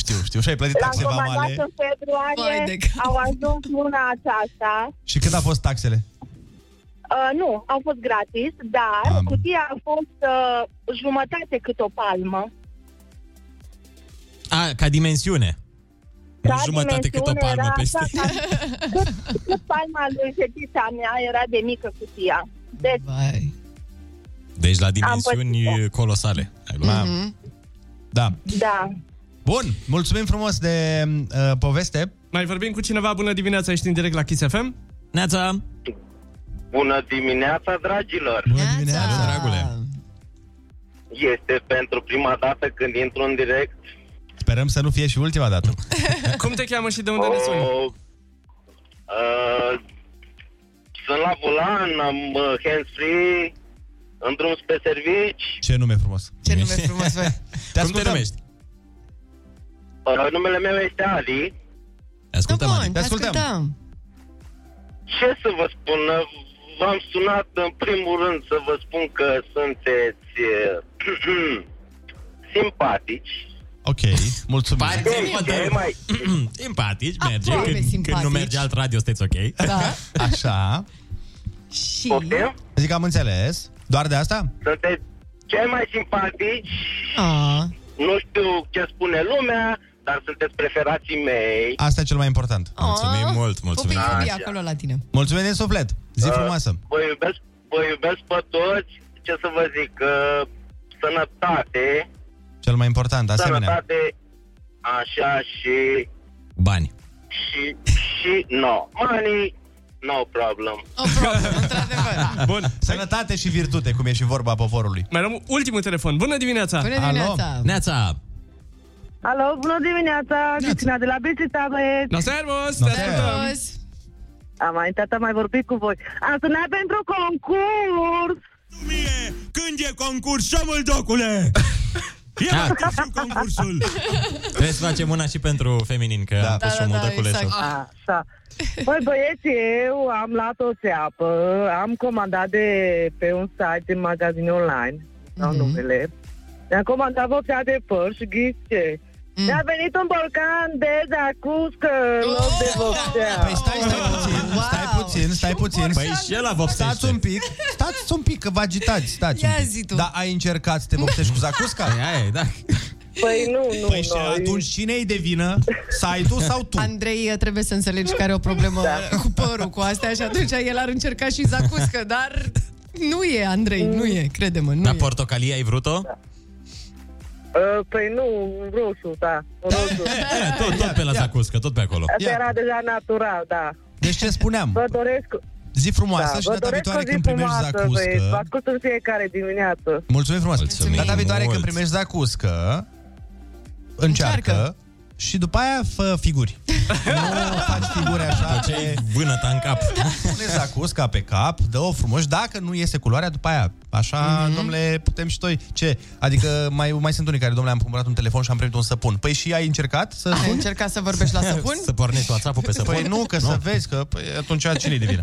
G: Știu, știu, și ai plătit
Q: l-am
G: taxe
Q: comandat
G: vamale.
Q: în februarie,
I: Vai de
Q: au ajuns luna aceasta.
G: Și cât a fost taxele?
Q: Uh, nu, au fost gratis, dar
G: Am.
Q: cutia a fost uh, jumătate cât o palmă.
H: A, ca dimensiune. Nu
Q: Ca
H: jumătate cât o
Q: dimensiune da.
H: palmă
Q: era
H: peste.
Q: așa ca- cât, cât palma lui fetița mea era de mică cutia. Deci,
H: Deci la
Q: Am
H: dimensiuni colosale. Ai luat.
G: Da.
Q: da.
G: Bun, mulțumim frumos de uh, poveste.
A: Mai vorbim cu cineva. Bună dimineața, ești în direct la Kiss FM.
H: Neața!
R: Bună dimineața, dragilor!
G: Bună dimineața,
H: dragule!
R: Este pentru prima dată când intru în direct.
G: Sperăm să nu fie și ultima dată.
A: Cum te cheamă și de unde ne suni?
R: Oh, Uh, sunt la volan, am uh, hands-free, în drum spre servici.
G: Ce nume frumos.
I: Ce nume frumos, băi.
G: Te Cum te numești?
R: Uh, numele meu este Ali.
H: Te ascultăm,
I: Bun, te ascultăm.
R: Ce să vă spun? uh, V-am sunat în primul rând să vă spun că sunteți uh, simpatici.
G: Ok, mulțumim.
R: mai...
H: Simpatici, merge.
R: Aproape
H: Când, când nu
R: simpatici.
H: merge alt radio, sunteți ok.
I: Da.
G: Așa.
I: Și...
G: Zic că am înțeles. Doar de asta?
R: Sunteți cei mai simpatici,
I: A,
R: nu știu ce spune lumea, dar sunteți preferații mei.
G: Asta e cel mai important.
H: Mulțumim
I: Ah,
H: mult,
I: Pupii
R: Așa.
I: iubii acolo la tine.
G: Mulțumim din suflet. Zi
R: Uh,
G: frumoasă.
R: Vă iubesc, vă iubesc pe toți, ce să vă zic, uh, sănătate,
G: Cel mai important, asemenea.
R: sănătate, așa și...
H: Bani.
R: Și, și, no, money, no problem.
A: Ah, Bun.
G: Sănătate și virtute, cum e și vorba poporului.
A: Mai luăm ultimul telefon. Bună dimineața!
Q: Bună dimineața! Alo.
H: Neața!
Q: Alo, bună dimineața, Cristina de la Bistrița, băieți!
A: No, servus! Te ascultăm!
Q: Am mai intrat, am mai vorbit cu voi. Am sunat pentru concurs!
O: Când e concurs, șomul docule! E
H: Da.
O: mai târziu concursul!
H: Trebuie să facem una și pentru feminin, că da. am pus da, da, da,
P: exact.
Q: exact. Așa. Băi, băieți, eu am luat o țeapă, am comandat de pe un site din magazin online,
G: Mhm.
Q: sau mm-hmm. numele. Mi-am comandat vocea de păr și ghiște. Mm. Mi-a venit un borcan de zacuscă în loc de vocea.
G: Păi stai, stai puțin, stai puțin, stai puțin.
H: Păi și el a vopsește.
G: Stați un pic, stați un pic, că vă agitați, stați
I: Ia
G: un pic.
I: zi tu.
G: Da, ai încercat să te vopsești cu zacusca?
H: Aia e, da.
Q: Păi nu, nu,
G: Păi și atunci cine-i de vină? Site-ul sau tu?
I: Andrei, eh, trebuie să înțelegi că are o problemă da. cu părul, cu astea și atunci el ar încerca și zacuscă, dar nu e, Andrei, nu e, crede-mă, nu
H: Dar
I: e.
H: portocalia ai vrut-o?
Q: Uh, păi nu, roșu, da, roșu.
H: Eh, Tot, tot pe la zacuscă, tot pe acolo.
Q: Asta era deja natural, da.
G: Deci ce spuneam?
Q: Vă doresc...
G: Zi frumoasă
Q: da,
G: și
Q: vă
G: data
Q: doresc o
G: viitoare
Q: zi
G: când primești
Q: frumoasă, băieți. Vă
G: zacuscă...
Q: ascult în fiecare dimineață.
G: Mulțumim frumos!
H: Mulțumim
G: data viitoare
H: mult.
G: când primești zacuscă, încearcă, și după aia fă figuri. nu faci figuri așa
H: După ce ai
G: pe...
H: vânăta în cap.
G: Pune zacusca pe cap, dă-o frumos și dacă nu iese culoarea, după aia, așa,
I: Mhm.
G: mm-hmm. domnule, putem și noi. Ce? Adică mai, mai sunt unii care, domnule, am cumpărat un telefon și am primit un săpun. Păi și ai încercat să...
I: Ai încercat să vorbești la săpun?
H: Să pornești WhatsApp-ul pe săpun?
G: Păi nu, că să vezi, că păi, atunci cine de vină?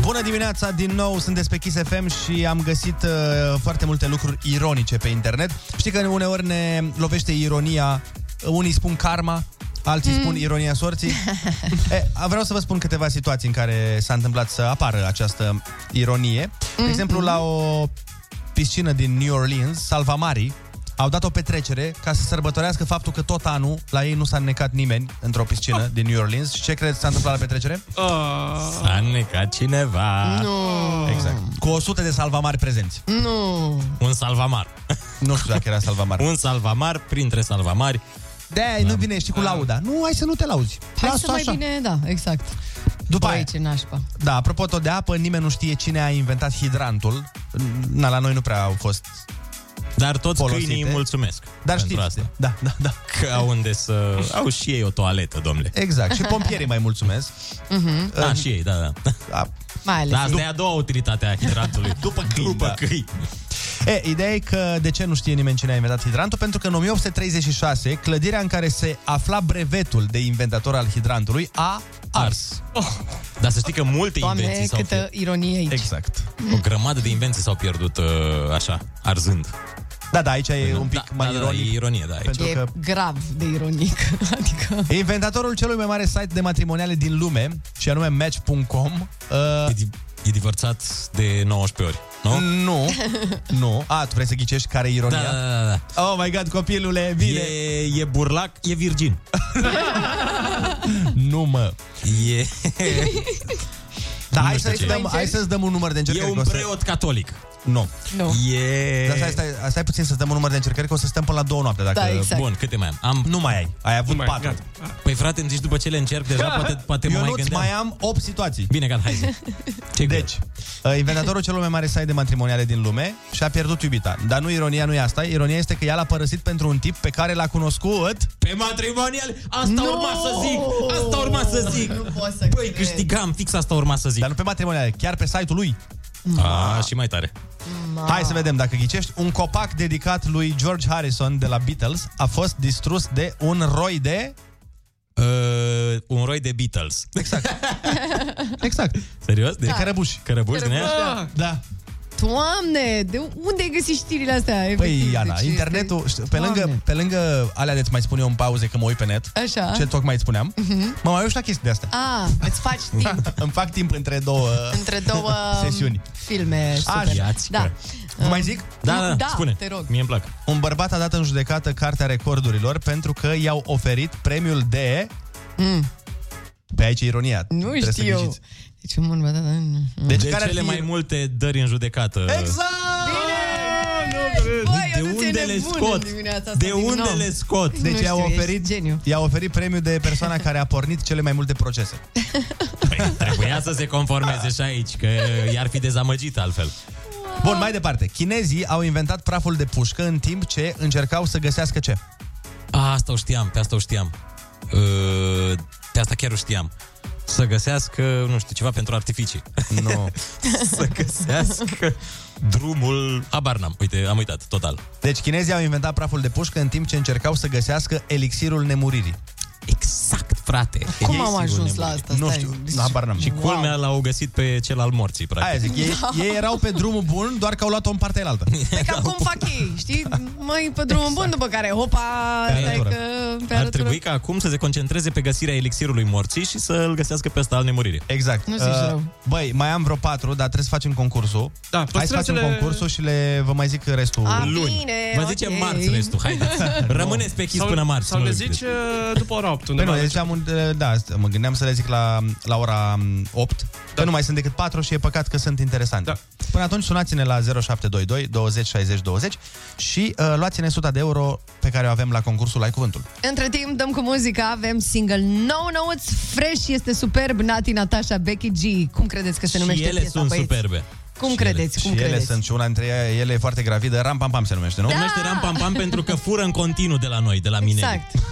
G: Bună dimineața din nou, sunt pe Kiss FM și am găsit uh, foarte multe lucruri ironice pe internet. Știi că uneori ne lovește ironia, uh, unii spun karma, alții mm. spun ironia sorții. e, a, vreau să vă spun câteva situații în care s-a întâmplat să apară această ironie. De exemplu, la o piscină din New Orleans, Salvamari, a au dat o petrecere ca să sărbătorească faptul că tot anul la ei nu s-a necat nimeni într-o piscină din New Orleans. Și ce credeți s-a întâmplat la petrecere?
A: Ah.
H: S-a necat cineva.
I: Nu.
G: Exact. Cu 100 de salvamari prezenți.
I: Nu.
H: Un salvamar.
G: Nu știu dacă era salvamar.
H: Un salvamar printre salvamari. Da.
G: De-aia nu vine, știi, cu lauda. Nu, hai să nu te lauzi.
I: Hai
G: Las-o
I: să mai bine, da, exact.
G: După
I: Băi,
G: aia.
I: ce nașpa.
G: Da, apropo tot de apă, nimeni nu știe cine a inventat hidrantul. Na, la noi nu prea au fost
H: Dar toți
G: folosite.
H: câinii îi mulțumesc.
G: Dar
H: pentru
G: știți,
H: asta.
G: da, da, da.
H: Că au unde să... Au și ei o toaletă, domnule.
G: Exact. Și pompierii mai mulțumesc.
I: Mhm.
H: Da, și ei, da, da.
I: Mai ales
H: Da, asta
I: ei.
H: e a doua utilitate a hidrantului. După câini, După da. câini.
G: E, ideea e că de ce nu știe nimeni cine a inventat hidrantul? Pentru că în 1836, clădirea în care se afla brevetul de inventator al hidrantului a ars.
H: Oh. Dar să știi că multe
I: Doamne,
H: invenții s-au
I: câtă ironie aici.
G: Exact.
H: O grămadă de invenții s-au pierdut uh, așa, arzând.
G: Da, da, aici e un pic
H: da, mai da, ironic. Da, e ironie, da, aici.
G: Pentru
I: E
G: că-
I: grav de ironic. Adică...
G: Inventatorul celui mai mare site de matrimoniale din lume, și anume Match.com, uh,
H: E divorțat de 19 ori, nu?
G: nu, nu. A, tu vrei să ghicești care e ironia?
H: Da, da, da, da.
G: Oh my god, copilule, bine.
H: E, e burlac, e virgin.
G: nu, mă.
H: E...
G: Da,
H: Nu
G: hai,
H: știu
G: să-ți
H: ce
G: dăm,
H: e.
G: hai să-ți dăm un număr de încercări.
H: E
G: că
H: un
G: o să-
H: preot catolic.
G: Nu.
I: Nu.
H: E...
G: Dar stai, stai, stai puțin să-ți dăm un număr de încercări, că o să stăm până la două noapte. Dacă...
H: Da, exact. Bun, câte mai am? am...
G: Nu mai ai. Ai avut mai, patru. Gata.
H: Păi frate, îmi zici după ce le încerc deja, poate, poate mă
G: Eu
H: mai
G: nu-ți
H: gândeam.
G: mai am 8 situații.
H: Bine, gata, hai zi. Ce
G: deci, uh, inventatorul celui mai mare site de matrimoniale din lume și-a pierdut iubita. Dar nu ironia nu e asta. Ironia este că ea l-a părăsit pentru un tip pe care l-a cunoscut...
H: Pe matrimonial? Asta
I: Nu!
H: urma să zic! Asta urma să zic!
I: Nu pot să
H: Păi câștigam, fix asta urma să zic.
G: Dar nu pe matrimoniale, chiar pe site-ul lui.
H: A, și mai tare.
G: Hai să vedem dacă ghicești. Un copac dedicat lui George Harrison de la Beatles a fost distrus de un roi de...
H: Uh, un roi de Beatles.
G: Exact.
H: Serios? De
I: Da.
G: cărăbuși.
H: Cărăbuși, din aia?
I: da.
G: da.
I: Doamne, de unde ai găsit știrile astea?
G: Păi,
I: Efectiv,
G: Iana,
I: deci este-
G: internetul, știi, pe lângă, pe lângă alea de ți mai spun eu în pauze că mă uit pe net,
I: Așa.
G: ce tocmai îți spuneam,
I: Mhm.
G: mă mai uit și la chestii de astea.
I: A, îți faci timp
G: Îmi fac timp între două,
I: între două um,
G: sesiuni.
I: filme. Super.
G: Așa.
I: Da.
G: Vă mai zic?
I: Da, da, Da, spune. te rog.
H: Mie îmi plac.
G: Un bărbat a dat în judecată Cartea Recordurilor pentru că i-au oferit premiul de...
I: Mm.
G: Pe aici e ironia.
I: Nu
G: trebuie să
I: știu eu.
G: ghiciți.
I: Deci, un bun, bă, da, da. nu.
G: Deci
H: De
G: care ar
H: cele
G: fi- Exact!
H: mai multe dări în judecată.
I: Băi,
H: De
I: eu Ah, nu ți-e
H: unde le
I: nebun în
H: scot?
I: dimineața asta,
H: De
I: din
H: unde
I: nou.
H: le scot?
G: Deci
I: Nu
G: i-au
I: știu,
G: oferit,
I: ești geniu.
G: i-a oferit premiul de persoana care a pornit cele mai multe procese.
H: Trebuia Păi să se conformeze și aici, că i-ar fi dezamăgit altfel.
G: Bun, mai departe. Chinezii au inventat praful de pușcă în timp ce încercau să găsească ce?
H: A, asta o știam, pe asta o știam. Uh, Pe asta chiar o știam. Să găsească, nu știu, ceva pentru artificii.
G: Nu.
H: să găsească drumul... Abar n-am, uite, am uitat, total.
G: Deci chinezii au inventat praful de pușcă în timp ce încercau să găsească elixirul nemuririi.
H: Exact, frate.
I: Cum
H: Ei
I: am
H: sigur
I: ajuns
H: ne-
I: la asta?
G: Nu
I: Stai.
G: știu, habar n-am.
H: Și culmea l-au găsit pe cel al morții, practic.
G: Aia zic, ei, ei erau pe drumul bun, doar că au luat-o în partea altă.
I: Pe cam cum fac ei, știi? Mai pe drumul bun, după care, hopa,
H: Pe
I: stai
H: arătură.
I: că... Pe
H: Ar
I: arătură.
H: trebui ca acum să se concentreze pe găsirea elixirului morții și să-l găsească pe ăsta al nemuririi.
G: Exact.
I: Nu zici rău.
G: Băi, mai am vreo patru, dar trebuie să facem concursul. Da, Hai să facem
A: păstrățele-
G: concursul și le vă mai zic restul.
I: A,
H: luni.
I: bine,
H: Vă zicem
I: ok.
H: marți restul, haideți. Ah, Rămâneți pe chis până marți.
A: Sau
H: nu
A: le
H: le
A: zici
H: vedeți.
A: uh, după ora 8
G: Păi
A: undeva.
G: nu, ziceam, unde- da, mă gândeam să le zic la, la ora m, 8, da. că nu mai sunt decât 4 și e păcat că sunt interesante. Da. Până atunci sunați-ne la 0722 20 60 20 și uh, luați-ne 100 de euro pe care o avem la concursul Ai Cuvântul.
I: Între timp dăm cu muzica, avem single nou nouț, fresh, este superb, Nati, Natasha, Becky G. Cum credeți că se numește
H: și ele
I: piesa,
H: sunt
I: băieți?
H: superbe.
I: Cum credeți?
G: și
I: Cum
G: ele
I: credeți?
G: sunt și una dintre ele, ele e foarte gravidă, Ram Pam Pam se numește, nu?
H: Da! Numește Ram Pam Pam pentru că fură în continuu de la noi, de la mine.
I: Exact.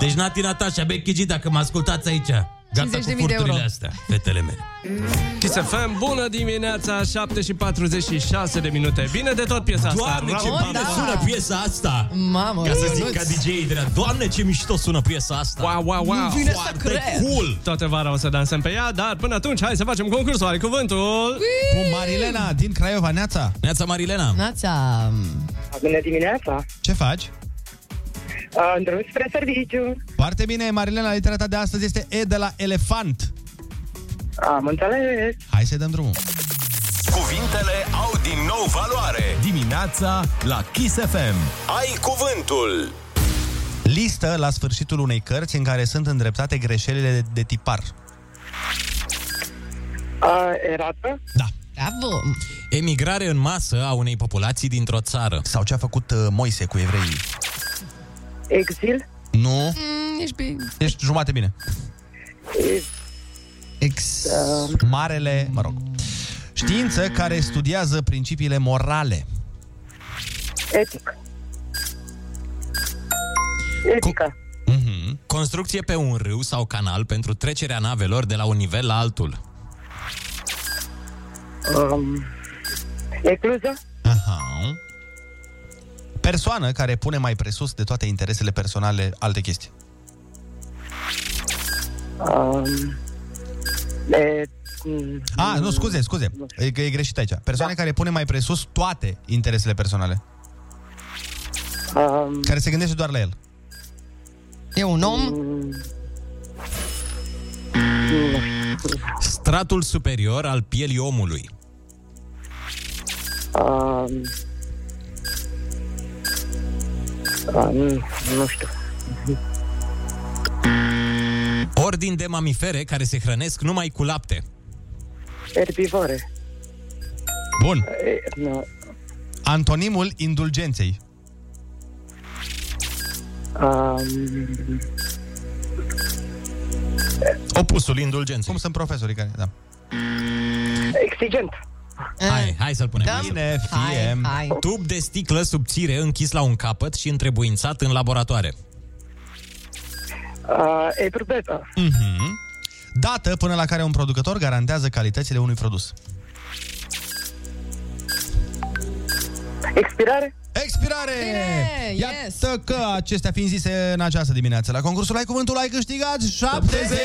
H: Deci Nati Natasha, Becky G, dacă mă ascultați aici, gata cu
I: 50.000 de
H: furturile
I: euro.
H: astea, fetele mele.
A: Kiss FM, bună dimineața, 7 și 46 de minute. Bine de tot piesa asta.
H: Doamne, ce
A: Bravo.
H: bine
I: da.
H: sună piesa asta!
I: Mamă,
H: Ca să zic
I: Ionuț.
H: ca DJ de la Doamne, ce mișto sună piesa asta!
A: Wow, wow, wow.
I: Nu vine să
H: Foarte
I: cred.
H: cool!
A: Toată vara o să dansăm pe ea, dar până atunci hai să facem concursul, ai cuvântul.
G: Cu Marilena din Craiova, Neața.
H: Neața Marilena!
I: Nața,
P: Bună dimineața!
G: Ce faci?
P: Uh, În drum spre serviciu.
G: Foarte bine, Marilena, litera ta de astăzi este E de la Elefant.
P: Am înțeles.
G: Hai să-i dăm drumul.
F: Cuvintele au din nou valoare.
E: Dimineața la Kiss FM.
F: Ai cuvântul.
G: Listă la sfârșitul unei cărți în care sunt îndreptate greșelile de, de tipar.
P: A, erată?
H: Da.
I: Bravo!
H: Emigrare în masă a unei populații dintr-o țară.
G: Sau ce a făcut uh, Moise cu evreii.
P: Exil?
G: Nu?
I: Mm, ești bine.
G: Ești jumate bine. Ex...
P: Da.
G: Marele, mă rog. Știință care studiază principiile morale.
P: Etic. Etică.
H: Mm-hmm. Construcție pe un râu sau canal pentru trecerea navelor de la un nivel la altul.
P: Um,
D: É
P: ecluză?
G: Aha. Persoană care pune mai presus de toate interesele personale alte chestii.
P: Um, e,
G: A, Ah, nu, scuze, scuze. E, că e greșit aici.
P: Da.
G: Persoane care pune mai presus toate interesele personale.
P: Um,
G: care se gândește doar la el.
I: E un om?
H: Stratul superior al pielii omului.
P: um, um, nu știu.
H: Ordin de mamifere care se hrănesc numai cu lapte.
P: Erbivore.
G: Bun.
P: E, nu.
G: Antonimul indulgenței.
P: Um,
G: Opusul indulgenței. Cum sunt profesorii care, da.
P: exigent.
H: Hai, hai să-l punem.
G: Da? Bine,
H: fie.
I: Hai, hai.
H: Tub de sticlă subțire închis la un capăt și întrebuințat în laboratoare.
P: Uh, Eprubeta.
G: Mhm. Dată până la care un producător garantează calitățile unui produs.
P: Expirare?
G: Expirare!
P: Bine,
G: Iată că acestea fiind zise în această dimineață la concursul Ai Cuvântul ai câștigat 70 de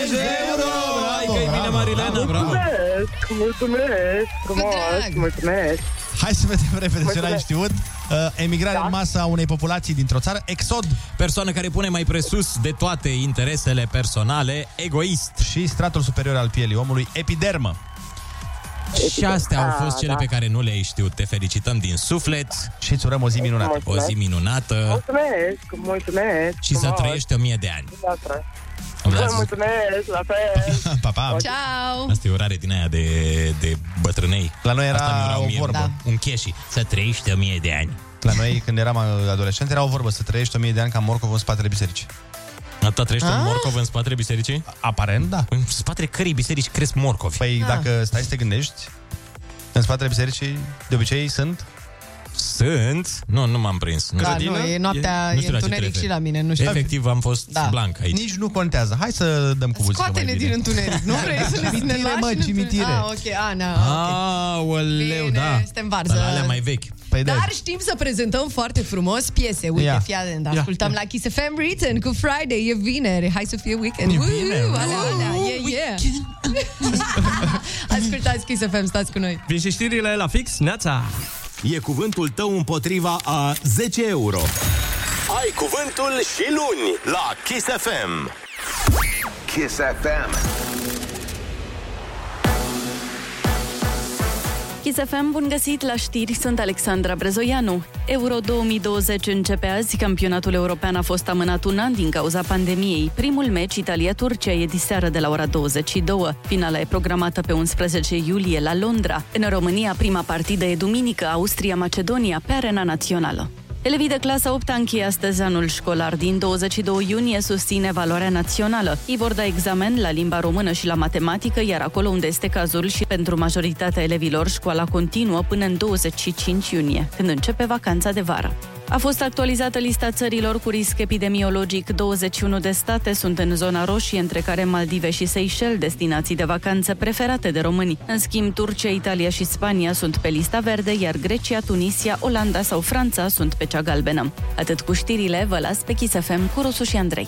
G: euro!
A: Hai că e bine, Marilena, bravo!
P: Mulțumesc, mulțumesc, frumos, mulțumesc.
G: Hai să vedem repede ce
P: Mulțumesc.
G: n-ai știut. Uh, emigrare da. în masă a unei populații dintr-o țară. Exod.
H: Persoană care pune mai presus de toate interesele personale, egoist.
G: Și stratul superior al pielii omului, epidermă.
H: Și astea au fost
G: Ah,
H: cele
G: da.
H: pe care nu le-ai știut. Te felicităm din suflet.
G: Și îți urăm o zi minunată.
H: O zi minunată.
P: Mulțumesc, mulțumesc.
H: Și să
P: frumos.
H: trăiești o mie de ani.
P: Dumneavoastră.
H: Vă
P: Vă mulțumesc, la fel.
G: Pa, pa.
I: Ciao!
H: Asta e urare din aia de, de bătrânei.
G: La noi era
H: Asta mi
G: o
H: mie, Da.
G: vorbă.
H: Un cheșii. Să trăiești o mie de ani.
G: La noi, când eram adolescent, era o vorbă să trăiești 1000 de ani ca morcov în spatele bisericii.
H: Atâta trăiești
G: Ah.
H: un morcov în spatele bisericii?
G: Aparent, da.
H: În spatele cărei biserici cresc morcovi?
G: Păi
I: Da,
H: Ah.
G: dacă stai să te gândești, în spatele bisericii, de obicei, sunt...
H: Sunt. Nu, nu m-am prins. Nu
I: Da,
H: știu.
I: nu, e noaptea,
H: nu
I: e
H: știu la ce te
I: întuneric
H: referi.
I: și la mine, nu știu.
H: Efectiv, am fost
I: Da.
H: da. blanc aici.
G: da. Nici nu contează. Hai să dăm cu muzică
I: Scoate-ne
G: mai
I: din
G: bine.
I: întuneric, nu vrei să ne- ne
G: Cimitire,
I: lași
G: mă,
I: în întuneric?
G: cimitire.
I: Ah, ok, Ana,
H: Aoleu,
I: Bine,
H: da.
I: suntem varză.
H: Dar alea mai vechi.
G: Păi
I: Dar știm să prezentăm foarte frumos piese. Uite,
H: Ia.
I: yeah. fii atent,
H: Ia,
I: ascultăm yeah. la Kiss FM Written cu Friday, e vineri, hai să fie weekend.
H: E
I: Uhu,
H: vineri.
I: alea, alea, yeah, yeah. Ascultați Kiss FM, stați cu noi.
A: Vin și știrile la fix, neața!
F: E cuvântul tău împotriva a 10 euro. Ai cuvântul și luni la Kiss FM. Kiss FM.
J: Kiss FM, bun găsit la știri, sunt Alexandra Brezoianu. Euro 2020 începe azi, campionatul european a fost amânat un an din cauza pandemiei. Primul meci, Italia-Turcia, e diseară de la ora 22. Finala e programată pe 11 iulie la Londra. În România, prima partidă e duminică, Austria-Macedonia, pe arena națională. Elevii de clasa 8 încheie astăzi anul școlar. Din 22 iunie susține valoarea națională. Ei vor da examen la limba română și la matematică, iar acolo unde este cazul și pentru majoritatea elevilor, școala continuă până în 25 iunie, când începe vacanța de vară. A fost actualizată lista țărilor cu risc epidemiologic. 21 de state sunt în zona roșie, între care Maldive și Seychelles, destinații de vacanță preferate de români. În schimb, Turcia, Italia și Spania sunt pe lista verde, iar Grecia, Tunisia, Olanda sau Franța sunt pe cea galbenă. Atât cu știrile, vă las pe Kiss FM cu Rusu și Andrei.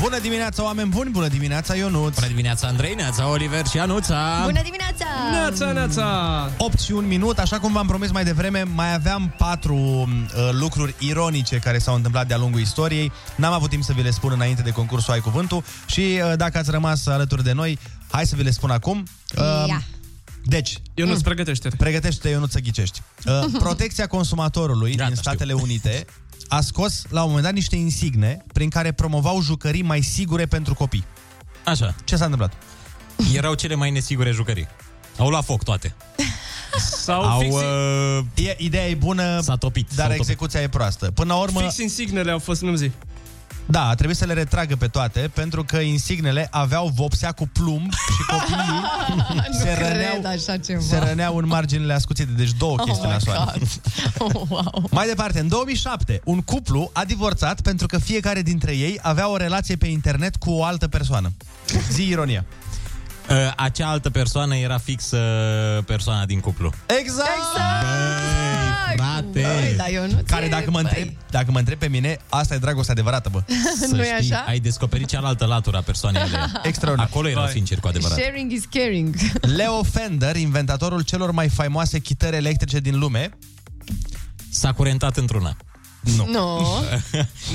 G: Bună dimineața, oameni buni! Bună dimineața, Ionuț! Bună
H: dimineața, Andrei, Neața, Oliver și Anuța!
N: Bună dimineața!
G: 8 și 1 minut, așa cum v-am promis mai devreme, mai aveam patru uh, lucruri ironice care s-au întâmplat de-a lungul istoriei. N-am avut timp să vi le spun înainte de concursul Ai Cuvântul și uh, dacă ați rămas alături de noi, hai să vi le spun acum. Uh,
N: Ia.
G: Deci,
A: Eu nu-ți pregătește.
G: Pregătește-te, eu nu să ghicești. Uh, protecția consumatorului din Statele Unite a scos la un moment dat niște insigne prin care promovau jucării mai sigure pentru copii.
H: Așa.
G: Ce s-a întâmplat?
H: Erau cele mai nesigure jucării. Au luat foc toate.
A: Sau
H: Au,
A: fix,
H: uh,
G: e, ideea e bună,
H: s-a topit,
G: dar
H: s-au topit.
G: execuția e proastă. Până la urmă...
A: fix insignele au fost, nu zi.
G: Da, a trebuit să le retragă pe toate pentru că insignele aveau vopsea cu plumb și copiii
I: nu
G: se,
I: cred
G: răneau,
I: așa ceva.
G: se răneau în marginile ascuțitei, deci două chestii
I: my
G: nasoale.
I: God. Oh, wow.
G: Mai departe, în 2007, un cuplu a divorțat pentru că fiecare dintre ei avea o relație pe internet cu o altă persoană. Zi ironia.
H: Uh, acea altă persoană era fix uh, persoana din cuplu.
G: Exact!
H: Băi, frate!
I: Exact! Băi, dar eu nu
G: Care, dacă mă, întreb, dacă mă întreb pe mine, asta e dragoste adevărată, bă.
H: Să
I: Nu-i
H: știi,
I: așa?
H: Ai descoperit cealaltă latură a persoanei alea.
G: Extraordinar.
H: Acolo erau sinceri cu adevărat.
I: Sharing is caring.
G: Leo Fender, inventatorul celor mai faimoase chitări electrice din lume,
H: S-a curentat într-una.
G: Nu.
I: No.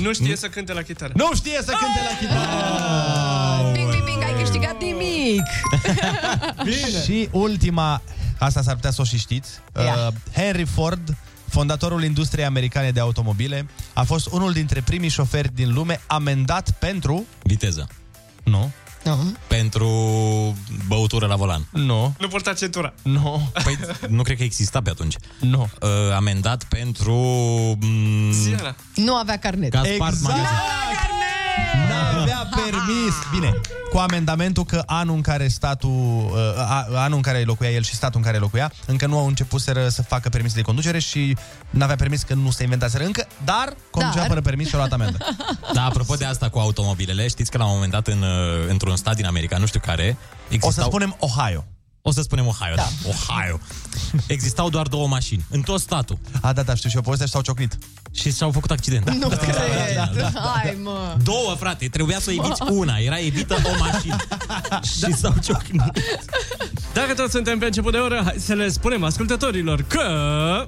A: Nu știe să cânte la chitară.
G: Nu știe să cânte la
A: chitară!
N: Bing, bing, bing, ai câștigat nimic!
G: Și ultima, asta s-ar putea să o și știți, uh, Henry Ford, fondatorul industriei americane de automobile, a fost unul dintre primii șoferi din lume amendat pentru...
H: Viteză.
G: Nu.
I: Nu.
H: Pentru băutură la volan.
G: Nu.
A: Nu purta centura.
G: Nu.
H: Păi nu cred că exista pe atunci.
G: Nu.
H: Uh, amendat pentru... Mm,
A: Ziara.
I: Nu avea carnet.
H: Gaspar Exact. Magazin.
G: N-avea
H: Ah.
G: permis! Bine, cu amendamentul că anul în care statul, uh, a- anul în care locuia el și statul în care locuia, încă nu au început să facă permise de conducere și n-avea permis că nu se inventaseră încă, dar conducea
H: Dar.
G: fără permis și a luat amendă.
H: Da, apropo de asta cu automobilele, știți că la un moment dat în, uh, într-un stat din America, nu știu care, existau...
G: O să spunem Ohio.
H: O să spunem Ohio, da. Ohio. Existau doar două mașini, în tot statul.
G: A, da, da, știu și eu povestea și s-au ciocnit.
H: Și s-au făcut accident. Da.
I: Nu
H: da,
I: cred.
H: Da, da, da, da.
I: Exact. Hai, mă.
H: Două, frate, trebuia să eviți una, era evită o mașină. și s-au ciocnit.
A: Dacă toți suntem pe început de oră, hai să le spunem ascultătorilor că...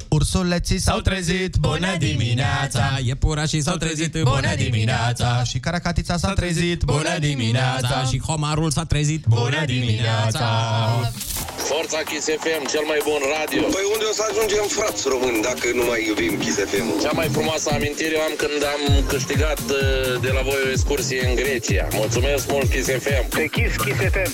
G: Ursuleții s-au trezit,
A: bună
H: dimineața! Iepurașii s-au trezit, bună dimineața!
G: Și caracatița s-a trezit,
H: Bună dimineața! Și homarul s-a trezit, bună dimineața!
S: Forța Kiss FM, cel mai bun radio. Păi unde o să ajungem, frați români, dacă nu mai iubim Kiss FM? Cea mai frumoasă amintire o am când am câștigat uh, de la voi o excursie în Grecia. Mulțumesc mult, Kiss FM. Te Kiss, Kiss FM.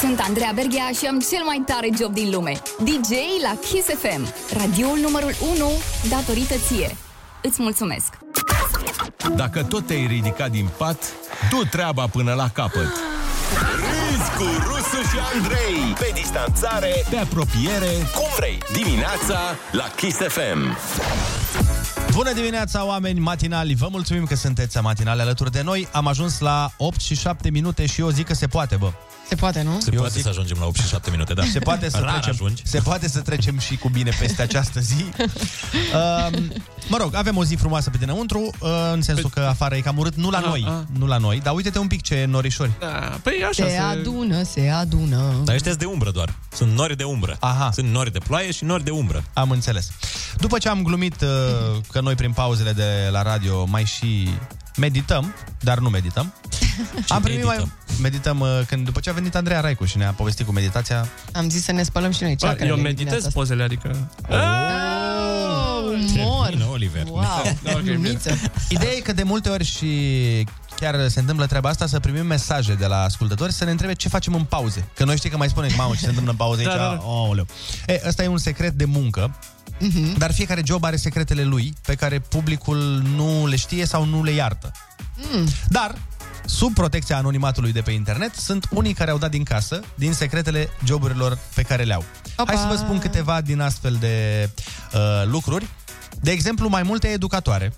T: Sunt Andreea Berghea și am cel mai tare job din lume. DJ la Kiss FM. Radioul numărul 1 datorită ție. Îți mulțumesc.
M: Dacă tot te-ai ridicat din pat, du treaba până la capăt.
F: Râzi cu Rusu și Andrei. Pe distanțare, pe apropiere, cum vrei. Dimineața la Kiss FM.
G: Bună dimineața, oameni matinali! Vă mulțumim că sunteți matinale alături de noi. Am ajuns la 8 și 7 minute și eu zic că se poate, bă.
I: Se poate, nu?
H: Se poate să ajungem la 87 minute, da.
G: Se poate să,
H: Rar
G: trecem,
H: ajungi.
G: se poate să trecem și cu bine peste această zi. Um, mă rog, avem o zi frumoasă pe dinăuntru, uh, în sensul
A: Păi-
G: că afară e cam urât, nu la noi, nu la noi, dar uite-te un pic ce norișori.
A: Păi
I: se, adună, se adună.
H: Dar ăștia de umbră doar. Sunt nori de umbră. Aha. Sunt nori de ploaie și nori de umbră.
G: Am înțeles. După ce am glumit uh, că noi prin pauzele de la radio mai și medităm, dar nu medităm, am primit mai... Medităm uh, când, după ce a venit Andreea Raicu și ne-a povestit cu meditația.
I: Am zis să ne spălăm și noi
A: Bă,
I: ceacrele
A: eu
I: din
A: meditez
I: dimineața asta.
A: pozele, adică...
I: Oh, mor.
H: Oliver.
I: Wow.
A: Da,
I: Lumiță.
G: Ideea e că de multe ori și chiar se întâmplă treaba asta să primim mesaje de la ascultători să ne întrebe ce facem în pauze. Că noi știi că mai spunem, mamă, ce se întâmplă în pauze aici,
A: Da,
G: da,
A: da,
G: da,
A: da.
G: Aoleu. E, ăsta e un secret de muncă,
I: Mhm.
G: dar fiecare job are secretele lui pe care publicul nu le știe sau nu le iartă.
I: Mm.
G: Dar, sub protecția anonimatului de pe internet, sunt unii care au dat din casă, din secretele joburilor pe care le au.
I: Opa!
G: Hai să vă spun câteva din astfel de uh, lucruri. De exemplu, mai multe educatoare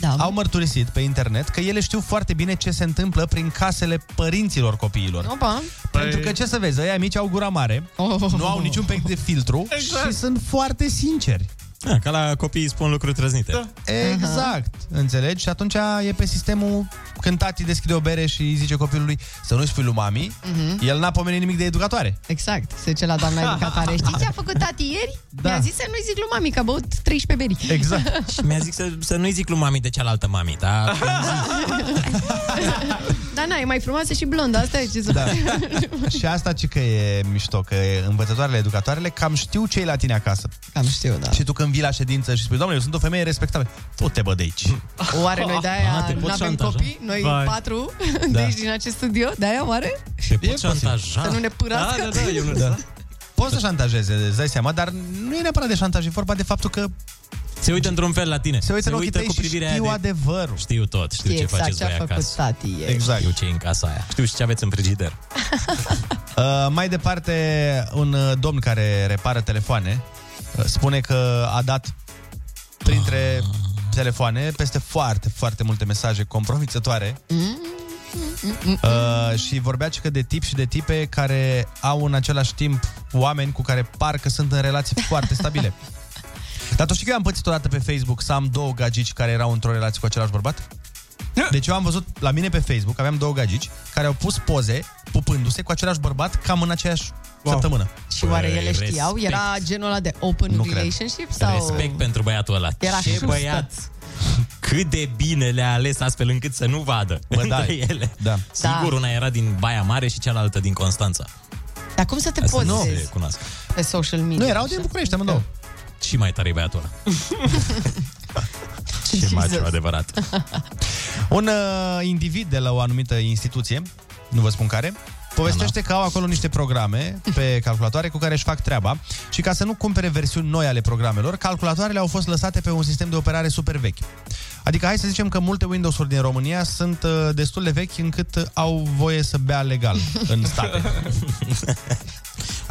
I: da.
G: au mărturisit pe internet că ele știu foarte bine ce se întâmplă prin casele părinților copiilor.
I: Opa.
G: Pentru că, ce să vezi, ăia mici au gura mare,
I: Păi- oh.
G: nu au niciun pic de filtru exact. și sunt foarte sinceri.
H: Da, ca la copiii spun lucruri trăznite. Da.
G: Exact, înțelegi? Și atunci e pe sistemul când tati deschide o bere și îi zice copilului să nu-i spui lui mami,
I: Mhm.
G: el n-a pomenit nimic de educatoare.
I: Exact, se duce la doamna educatoare. Știi ce a făcut tati ieri? Da. Mi-a zis să nu-i zic lui mami că a băut 13 beri.
H: și mi-a zis să, să nu-i zic lui mami de cealaltă mami, da? dar
I: Dar Da, na, e mai frumoasă și blondă, asta e ce să
G: Da. și asta ci că e mișto, că învățătoarele, educatoarele cam știu ce e la tine acasă.
I: Cam știu, da.
G: Și tu când vii la ședință și spui, doamne, eu sunt o femeie respectabilă, tu-te bă de aici.
I: Oare noi
G: Ah,
I: de-aia
G: te pot
I: n-avem
G: șantaja?
I: copii? Noi
G: Vai.
I: patru,
G: Da.
I: deci din acest studio, de-aia oare?
H: Te
G: pot
H: șantaja.
I: Să nu ne pârască?
G: da. Poți să șantajeze, îți dai seama, dar nu e neapărat de șantaj, e vorba de faptul că
H: se uită într-un fel la tine.
G: Se uită în ochii tăi și știu adevărul.
H: Știu tot, știu,
G: Știi
H: ce
G: exact
H: faceți
G: ce a
H: voi
G: făcut
H: acasă.
I: Tati,
G: Exact.
H: Știu ce e în casa aia. Știu și ce aveți în frigider.
G: Uh, mai departe, un uh, domn care repară telefoane uh, spune că a dat printre telefoane peste foarte, foarte multe mesaje compromițătoare uh, și vorbea și că de tip și de tipe care au în același timp oameni cu care par că sunt în relații foarte stabile. Dar tu știi că eu am pățit odată pe Facebook să am două gagici care erau într-o relație cu același bărbat? Deci eu am văzut la mine pe Facebook, aveam două gagici care au pus poze pupându-se cu același bărbat cam în aceeași wow. săptămână.
I: Și oare ele știau? Era genul ăla de open
G: Nu cred.
I: relationship? Sau...
H: Respect pentru băiatul ăla.
I: Era
H: ce
I: șustă.
H: băiat! Cât de bine le-a ales astfel încât să nu vadă Bă,
G: da.
H: între ele.
G: Da.
H: Sigur,
I: Da.
H: una era din Baia Mare și cealaltă din Constanța.
I: Dar cum să te
H: Asta nu se
I: pozezi
H: cunoască.
I: pe social media?
G: Nu, erau din București amândouă.
H: Și mai tare e băiatul ăla. Ce maciu adevărat.
G: Un uh, individ de la o anumită instituție, nu vă spun care, povestește că au acolo niște programe pe calculatoare cu care își fac treaba și ca să nu cumpere versiuni noi ale programelor, calculatoarele au fost lăsate pe un sistem de operare super vechi. Adică hai să zicem că multe Windows-uri din România sunt uh, destul de vechi încât uh, au voie să bea legal în state.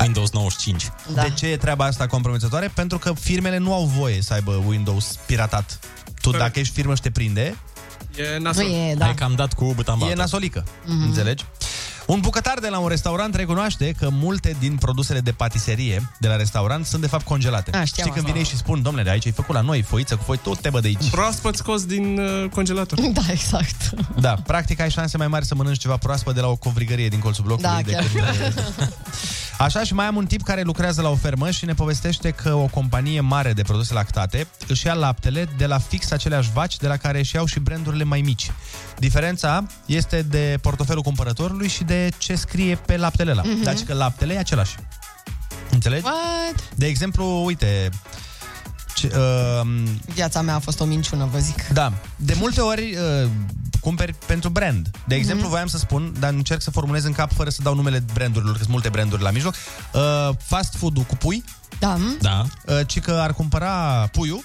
H: Windows 95.
G: Da. De ce e treaba asta compromițătoare? Pentru că firmele nu au voie să aibă Windows piratat. Tu dacă ești firmă și te prinde,
A: E nasol.
I: Nu e, da. Mhm. Hai că
H: am dat cu butan
G: E nasolică, mm-hmm. înțelegi? Un bucătar de la un restaurant recunoaște că multe din produsele de patiserie de la restaurant sunt de fapt congelate.
I: Ah,
A: A, știam
G: Știi când
A: asta.
G: vine ei și spun, domnule, de aici ai făcut la noi foiță cu foi, tot te bă de aici.
A: Proaspăt scos din uh, congelator.
I: Da, exact.
G: Da, practic ai șanse mai mari să mănânci ceva proaspăt de la o covrigărie din colțul blocului.
I: Da, chiar.
G: decât de... Așa și mai am un tip care lucrează la o fermă și ne povestește că o companie mare de produse lactate își ia laptele de la fix aceleași vaci de la care își iau și brandurile mai mici. Diferența este de portofelul cumpărătorului și de ce scrie pe laptele ăla.
I: Mhm.
G: Mm-hmm. Deci că laptele e același. Înțelegi?
I: What?
G: De exemplu, uite, ce, uh,
I: Viața mea a fost o minciună, vă zic.
G: da. De multe ori uh, cumperi pentru brand. De exemplu,
I: Mhm.
G: voiam să spun, dar încerc să formulez în cap fără să dau numele brandurilor, că sunt multe branduri la mijloc. Uh, fast food-ul cu pui,
I: Da.
H: Da.
G: uh, ci că ar cumpăra puiul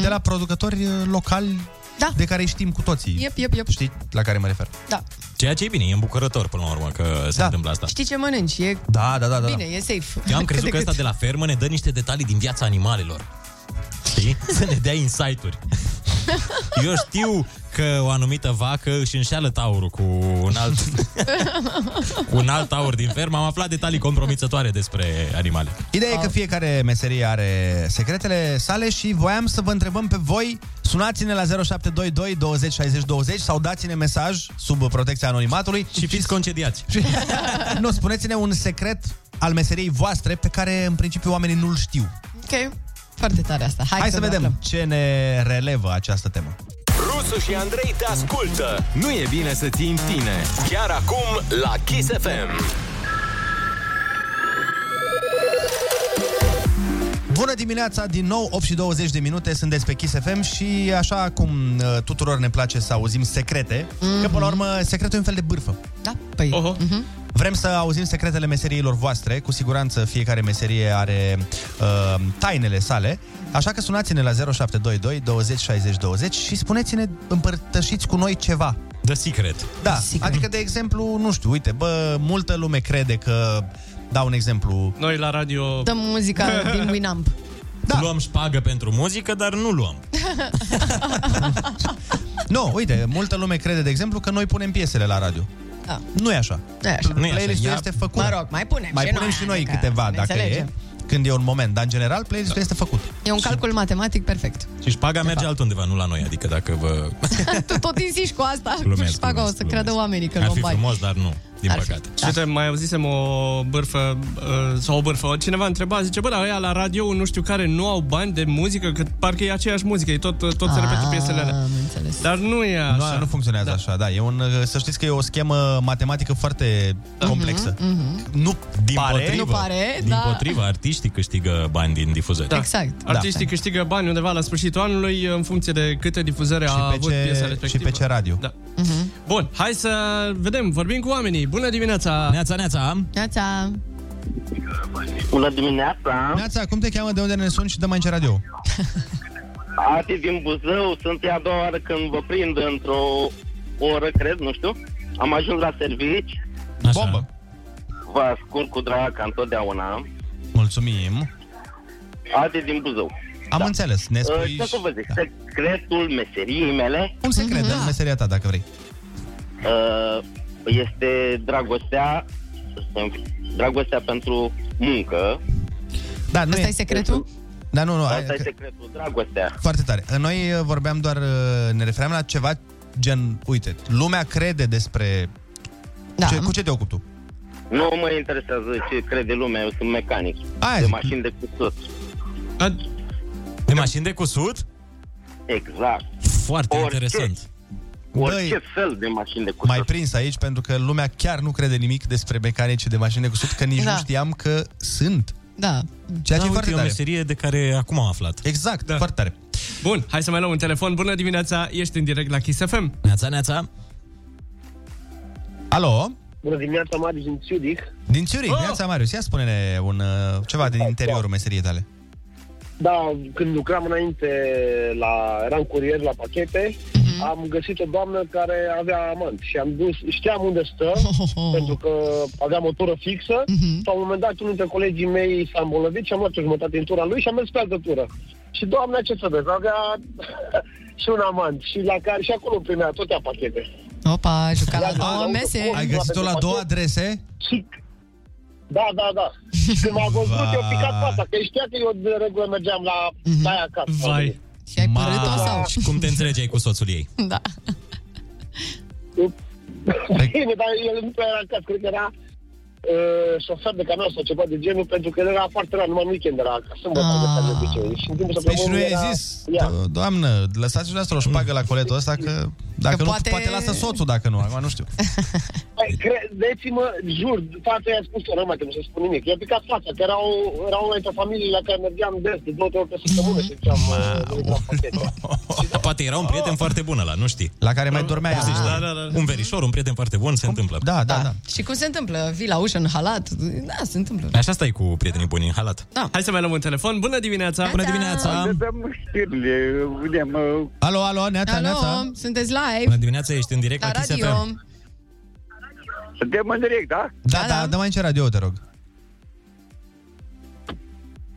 G: de la producători uh, locali
I: Mhm. da.
G: de care îi știm cu toții.
I: Iep, iep, iep.
G: Știi la care mă refer?
I: Da.
H: Ceea ce e bine, e îmbucurător până la urmă că se da. întâmplă asta.
I: Știi ce mănânci, e
G: Da, da, da, da.
I: bine, e safe.
H: Eu am
I: Cât
H: crezut
I: de
H: că
I: cât.
H: ăsta de la fermă ne dă niște detalii din viața animalelor. Știi? Să ne dea insight-uri. Eu știu că o anumită vacă își înșeală taurul cu un alt, cu un alt taur din fermă. Am aflat detalii compromițătoare despre animale.
G: Ideea e că fiecare meserie are secretele sale și voiam să vă întrebăm pe voi, sunați-ne la 0722 20 60 20 sau dați-ne mesaj sub protecția anonimatului.
H: Și fiți concediați.
G: nu, spuneți-ne un secret al meseriei voastre pe care în principiu oamenii nu-l știu.
I: Ok, foarte tare asta. Hai,
G: Hai, Hai să
I: ne
G: vedem
I: aflăm.
G: ce ne relevă această temă.
F: Rusu și Andrei te ascultă. Nu e bine să ții în tine. Chiar acum la Kiss FM.
G: Bună dimineața, din nou 8 și 20 de minute, sunt pe Kiss FM și așa cum uh, tuturor ne place să auzim secrete, mm-hmm. că până la urmă secretul e un fel de bârfă.
I: Da, păi...
G: Oho. Vrem să auzim secretele meseriilor voastre, cu siguranță fiecare meserie are uh, tainele sale, așa că sunați-ne la 0722 20 60 20 și spuneți-ne, împărtășiți cu noi ceva.
H: The Secret.
G: Da, adică de exemplu, nu știu, uite, bă, multă lume crede că, dau un exemplu,
A: Noi la radio...
I: Dăm muzica din Winamp.
H: Da. Luăm șpagă pentru muzică, dar nu luăm.
G: Nu, uite, multă lume crede, de exemplu, că noi punem piesele la radio.
I: Da.
G: Nu e așa.
I: Nu e așa.
G: Playlistul
I: Ia-
G: este făcut.
I: Mă rog, mai punem
G: mai
I: și
G: punem
I: noi,
G: și noi
I: adică
G: câteva,
I: ne
G: dacă e.
I: înțelegem.
G: când e un moment. Dar, în general, playlist este făcut.
I: E un calcul matematic perfect.
H: Și șpaga Deci merge altundeva, nu la noi, adică dacă vă...
I: tu tot insiști cu asta.
H: Glumesc,
I: și paga o să creadă oamenii că
H: Ar
I: luăm
H: fi
I: bani.
H: frumos, dar nu, din
I: Ar fi.
H: păcate.
I: Da.
A: Și te mai auzisem o bârfă uh, sau o bârfă. Cineva întreba, zice, bă, la ăia la radio nu știu care nu au bani de muzică, că parcă e aceeași muzică, e tot, tot se
I: Ah,
A: repetă piesele alea. Dar nu e
G: Nu,
A: așa.
G: nu funcționează da. așa, da. E un, să știți că e o schemă matematică foarte complexă.
I: Mhm.
G: Nu
H: Din
G: pare.
H: potrivă,
I: Nu pare,
H: din
I: da.
H: potrivă, artiștii câștigă bani din difuzări.
I: Da. Exact.
A: Artiștii câștigă bani undeva la sfârșitul anului în funcție de câte difuzări a
G: pe
A: avut
G: ce-
A: piesa
G: și
A: respectivă.
G: pe ce radio.
A: Da. Bun, hai să vedem, vorbim cu oamenii. Bună dimineața!
H: Neața, neața!
I: Neața.
G: Bună dimineața! Neața, cum te cheamă, de unde ne suni și de mai în ce radio?
R: Ati din Buzău, sunt a doua oară când vă prind într-o oră, cred, nu știu. Am ajuns la servici.
G: Așa. Bombă!
R: Vă ascult cu drag ca întotdeauna.
G: Mulțumim!
R: Adi din Buzău.
G: Am da. înțeles, ne
R: Uh,
G: spui...
R: Ce să
G: și- da.
R: vă zic, secretul meseriei mele
G: Un secret
I: Mhm. Da.
G: în meseria ta, dacă vrei.
R: uh, este dragostea, dragostea pentru muncă.
G: Da, nu
I: Asta e secretul?
G: Da, nu, nu, ai-
R: Asta e
G: că-
R: secretul, dragostea.
G: Foarte tare. Noi uh, vorbeam doar, uh, ne refeream la ceva gen, uite, lumea crede despre... Da. Ce, cu ce te ocupi tu?
R: Nu mă interesează ce crede lumea, eu sunt mecanic.
G: Aia
R: de
G: zic.
R: mașini de cusut.
H: De mașini de cusut?
R: Exact.
H: Foarte interesant.
R: Orice fel de mașini de cusut.
G: Mai prins aici pentru că lumea chiar nu crede nimic despre mecanici de mașini de cusut, că nici
I: Da.
G: da. nu știam că sunt.
I: Da.
G: Ceea ce
A: Da,
G: e
A: uite,
G: foarte
A: e o
G: tare.
H: Meserie de care acum am aflat.
G: Exact, da. foarte tare.
A: Bun, hai să mai luăm un telefon. Bună dimineața, ești în direct la Kiss FM.
H: Neața, neața.
G: Alo?
D: Bună dimineața, Marius din Ciudic.
G: Din Zurich,
D: Oh!
G: oh! viața Marius, ia spune-ne un, uh, ceva
R: Da,
G: din interiorul meseriei tale.
D: Da, când lucram înainte, la, eram curier la pachete, mm-hmm. am găsit o doamnă care avea amant și am dus, știam unde stă, pentru că aveam o tură fixă. Mm-hmm. La un moment dat, unul dintre colegii mei s-a îmbolnăvit și am luat o jumătate din tura lui și am mers pe altă tură. Și doamna, ce să vezi, avea și un amant și la care și acolo primea toate pachete.
I: Opa, juca la
D: Da, da,
I: două
D: da,
I: mese.
D: uite, Ai găsit-o la două
G: adrese?
D: Și... Da, da, da. Când m-a văzut, eu picat fața, că știa că eu de regulă mergeam la mm-hmm. aia acasă. Da.
H: Vai.
I: Și ai
D: părât-o sau?
H: Și cum te înțelegeai cu soțul ei?
I: Da.
G: Păi-
D: Bine, dar el nu prea era în caz, cred că era uh, șofer de camion sau ceva de genul, pentru că el era foarte rar, numai în weekend era acasă, mă ah. de obicei. Și în timpul
G: Păi și
D: săptămânii
G: nu i-ai
D: era-
G: zis,
D: Ia.
G: "Do- doamnă, lăsați și noastră o șpagă la coletul ăsta, că dacă
D: Că
G: nu,
D: poate-
G: poate... poate lasă soțul, dacă nu, acum nu știu.
D: Păi, credeți-mă, jur, fața i-a spus o rămâne, nu se spune nimic. I-a picat fața, că erau, era una dintre familiile la care mergeam des, de două, trei ori pe săptămână
G: Mhm.
D: și ziceam,
H: Poate era un prieten foarte bun ăla, nu știi.
G: La care mai dormeai.
H: Zici, da, da, da. Un verișor, un prieten foarte bun, se întâmplă.
G: Da, da, da.
I: Și cum se întâmplă? Vii la ușă în halat? Da, se întâmplă.
H: Așa stai cu prietenii buni în halat.
I: Da.
A: Hai să mai luăm un telefon. Bună dimineața!
I: Bună dimineața!
G: Alo, alo, neața,
I: Alo, sunteți
H: Bună
I: live?
H: dimineața, ești în direct
I: La
H: la Kiss
I: radio.
H: FM.
D: Suntem în direct, da?
G: Da, da, dă mai în ce radio, te rog.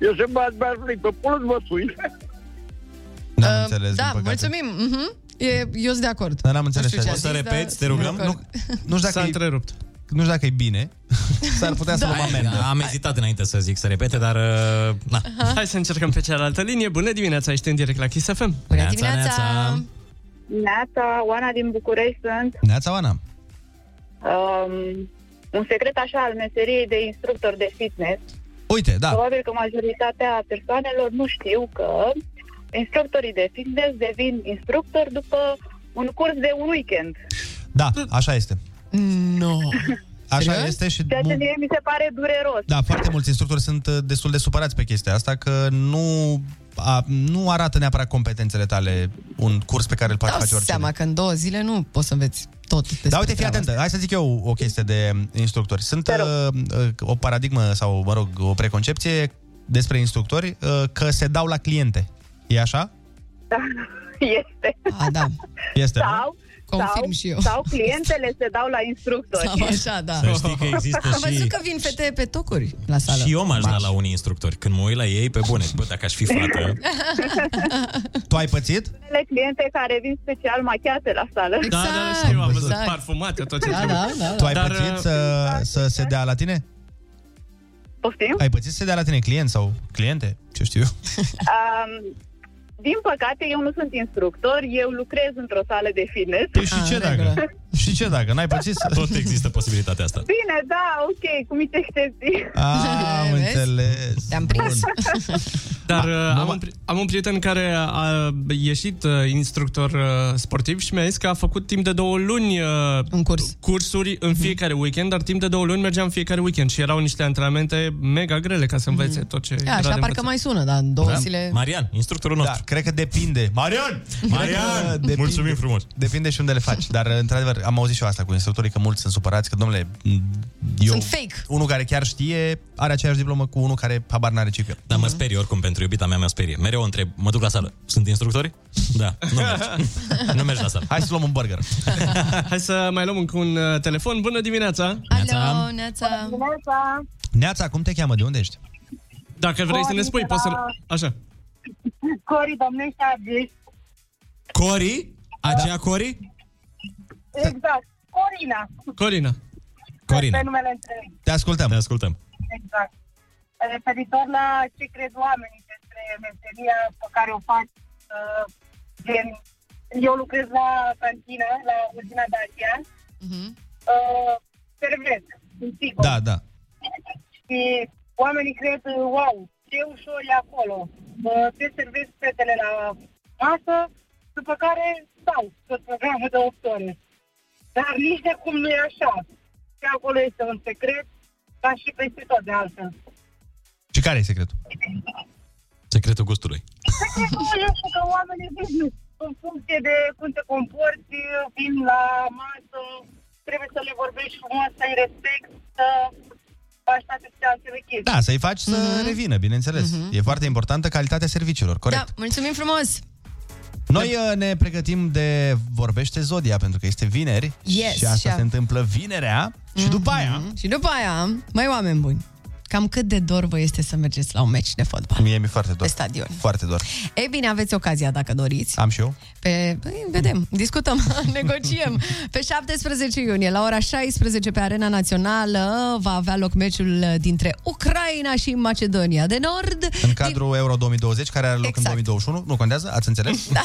D: Eu sunt bazbarului, pe pulul mă sui.
G: N-am înțeles,
I: Da,
G: din păcate.
I: mulțumim. mhm. E, eu sunt de acord.
G: Dar n-am înțeles
I: Nu știu
G: ce
I: ce
G: a
I: a
G: zis,
I: zis, dar sunt de
G: Nu,
I: acord.
G: nu știu dacă e,
A: întrerupt.
G: Nu știu dacă e bine. S-ar putea să
H: Da,
G: luăm amendă.
H: Am ezitat înainte să zic să repete, dar... uh, Na.
A: Hai să încercăm pe cealaltă linie. Bună dimineața, ești în direct la Kiss FM.
H: Bună dimineața!
Q: Neața, Oana din București sunt.
G: Neața, Oana.
Q: Um, un secret așa al meseriei de instructor de fitness.
G: Uite, da.
Q: Probabil că majoritatea persoanelor nu știu că instructorii de fitness devin instructori după un curs de un weekend.
G: Da, așa este.
I: Nu.
G: Așa este și...
Q: Ceea ce
G: mu-
Q: mie mi se pare dureros.
G: Da, foarte mulți instructori sunt uh, destul de supărați pe chestia asta, că nu, a, nu arată neapărat competențele tale un curs pe care îl poate
I: Dau
G: face oricine.
I: seama că în două zile nu poți să înveți tot despre
G: Dar uite, fii
I: treaba
G: atentă, hai să zic eu o chestie de um, instructori. Sunt uh, uh, o paradigmă sau, mă rog, o preconcepție despre instructori uh, că se dau la cliente. E așa?
Q: Este.
I: A, da.
G: Este, nu?
Q: Sau, sau, și eu. sau clientele se dau la instructori.
I: Sau așa, da.
H: Să știi că există
I: Am văzut
H: și-
I: că vin fete pe tocuri la sală.
H: Și eu m-aș da la unii instructori. Când mă uit la ei, pe bune, bă, dacă aș fi fată...
G: Tu ai pățit?
Q: Unele cliente care vin special machiate la sală.
A: Da,
I: Exact.
A: da, știu, am văzut parfumate tot ce
Q: Da,
A: trebuie. uh,
Q: da, da, da.
G: Tu ai
A: Dar,
G: pățit să, să se dea la tine?
P: Poftim?
G: Ai pățit să se dea la tine client sau cliente? Ce știu eu?
P: Um, din păcate, eu nu sunt instructor, eu lucrez într-o sală de fitness. Ah.
G: Păi și ce dacă? Și ce dacă? N-ai pățit să...
H: Tot există posibilitatea asta.
P: Bine, da, ok, cum te ștezi?
G: Ah, Am înțeles.
I: Te-am prins.
A: Dar uh, am, un, pri- am un prieten care a ieșit uh, instructor uh, sportiv și mi-a zis că a făcut timp de două luni uh,
I: în curs. Mhm.
A: cursuri în fiecare weekend, dar timp de două luni mergeam fiecare weekend și erau niște antrenamente mega grele ca să învețe tot ce
I: Da,
A: era de
I: așa parcă
A: învățat.
I: mai sună, dar în
G: Da,
I: două zile...
H: Marian, instructorul
G: nostru. Da, cred că depinde. Marian!
H: Marian! Mulțumim
G: frumos. Depinde și unde le faci. Dar, într-adevăr, am auzit și eu asta cu instructorii, că mulți sunt supărați, că, domnule, eu,
I: Sunt fake.
G: Unul care chiar știe are aceeași diplomă cu unul care habar n-are ce eu.
H: Dar mă sperie oricum pentru iubita mea, mă sperie. Mereu o întreb, mă duc la sală. Sunt instructori? Da, nu mergi. nu mergi la sală.
G: Hai să luăm un burger.
A: Hai să mai luăm încă un uh, telefon. Bună dimineața!
K: Alo, Neața.
P: Neața.
G: Neața, cum te cheamă? De unde ești?
A: Dacă vrei să ne spui, poți să... Așa.
P: Cori, domnește, Agi.
H: Cori?
A: Da.
H: Aceea Cori?
P: Exact. Corina.
A: Corina.
H: Corina.
P: Pe numele întreg.
G: Te ascultăm.
H: Te ascultăm.
P: Exact. Referitor la ce cred oamenii despre meseria pe care o fac, uh, gen, eu lucrez la cantină, la uzina Dacia,
I: uh-huh.
P: uh, servesc, în sigur.
G: Da, da.
P: Și oamenii cred, wow, ce ușor e acolo. Uh, te servesc fetele la masă, după care stau tot programul de 8 ore. Dar nici de cum nu e așa. Și acolo este un secret, ca și peste tot de altfel.
G: Și care e secretul?
H: Secretul gustului.
P: Este Păi, că oamenii vin în funcție de cum te comporți, vin la masă, trebuie să le vorbești frumos, să-i respect, să faci toate celelalte chestii.
G: Da, să-i faci să
I: Mhm.
G: revină, bineînțeles. E foarte importantă calitatea serviciilor, corect.
I: Da, mulțumim frumos!
G: Noi uh, ne pregătim de Vorbește Zodia, pentru că este vineri
I: Yes,
G: și asta
I: și a-
G: se întâmplă vinerea și după aia...
I: Mhm. Și după aia, mai oameni buni, cam cât de dor vă este să mergeți la un meci de fotbal?
G: Mie mi-e foarte dor.
I: Pe stadion.
G: Foarte dor.
I: Ei bine, aveți ocazia dacă doriți.
G: Am și eu.
I: Pe, păi, vedem, discutăm, negociem. Pe 17 iunie, la ora 16, pe Arena Națională, va avea loc meciul dintre Ucraina și Macedonia de Nord.
G: În cadrul Euro 2020, care are loc în
I: Exact.
G: 2021, nu contează, ați înțeles? Da.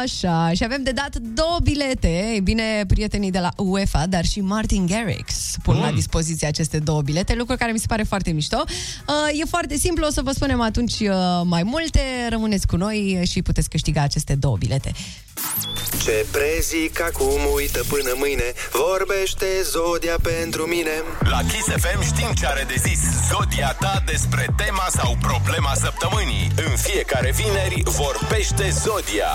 I: Așa, și avem de dat două bilete. Ei bine, prietenii de la UEFA, dar și Martin Garrix pun la dispoziție aceste două bilete, lucru care mi se pare foarte mișto. Uh, E foarte simplu, o să vă spunem atunci uh, mai multe. Rămâneți cu noi și puteți câștiga aceste două bilete.
U: Ce prezic acum, uită până mâine Vorbește Zodia pentru mine
F: La Kiss FM știm ce are de zis Zodia ta despre tema sau problema săptămânii În fiecare vineri vorbește Zodia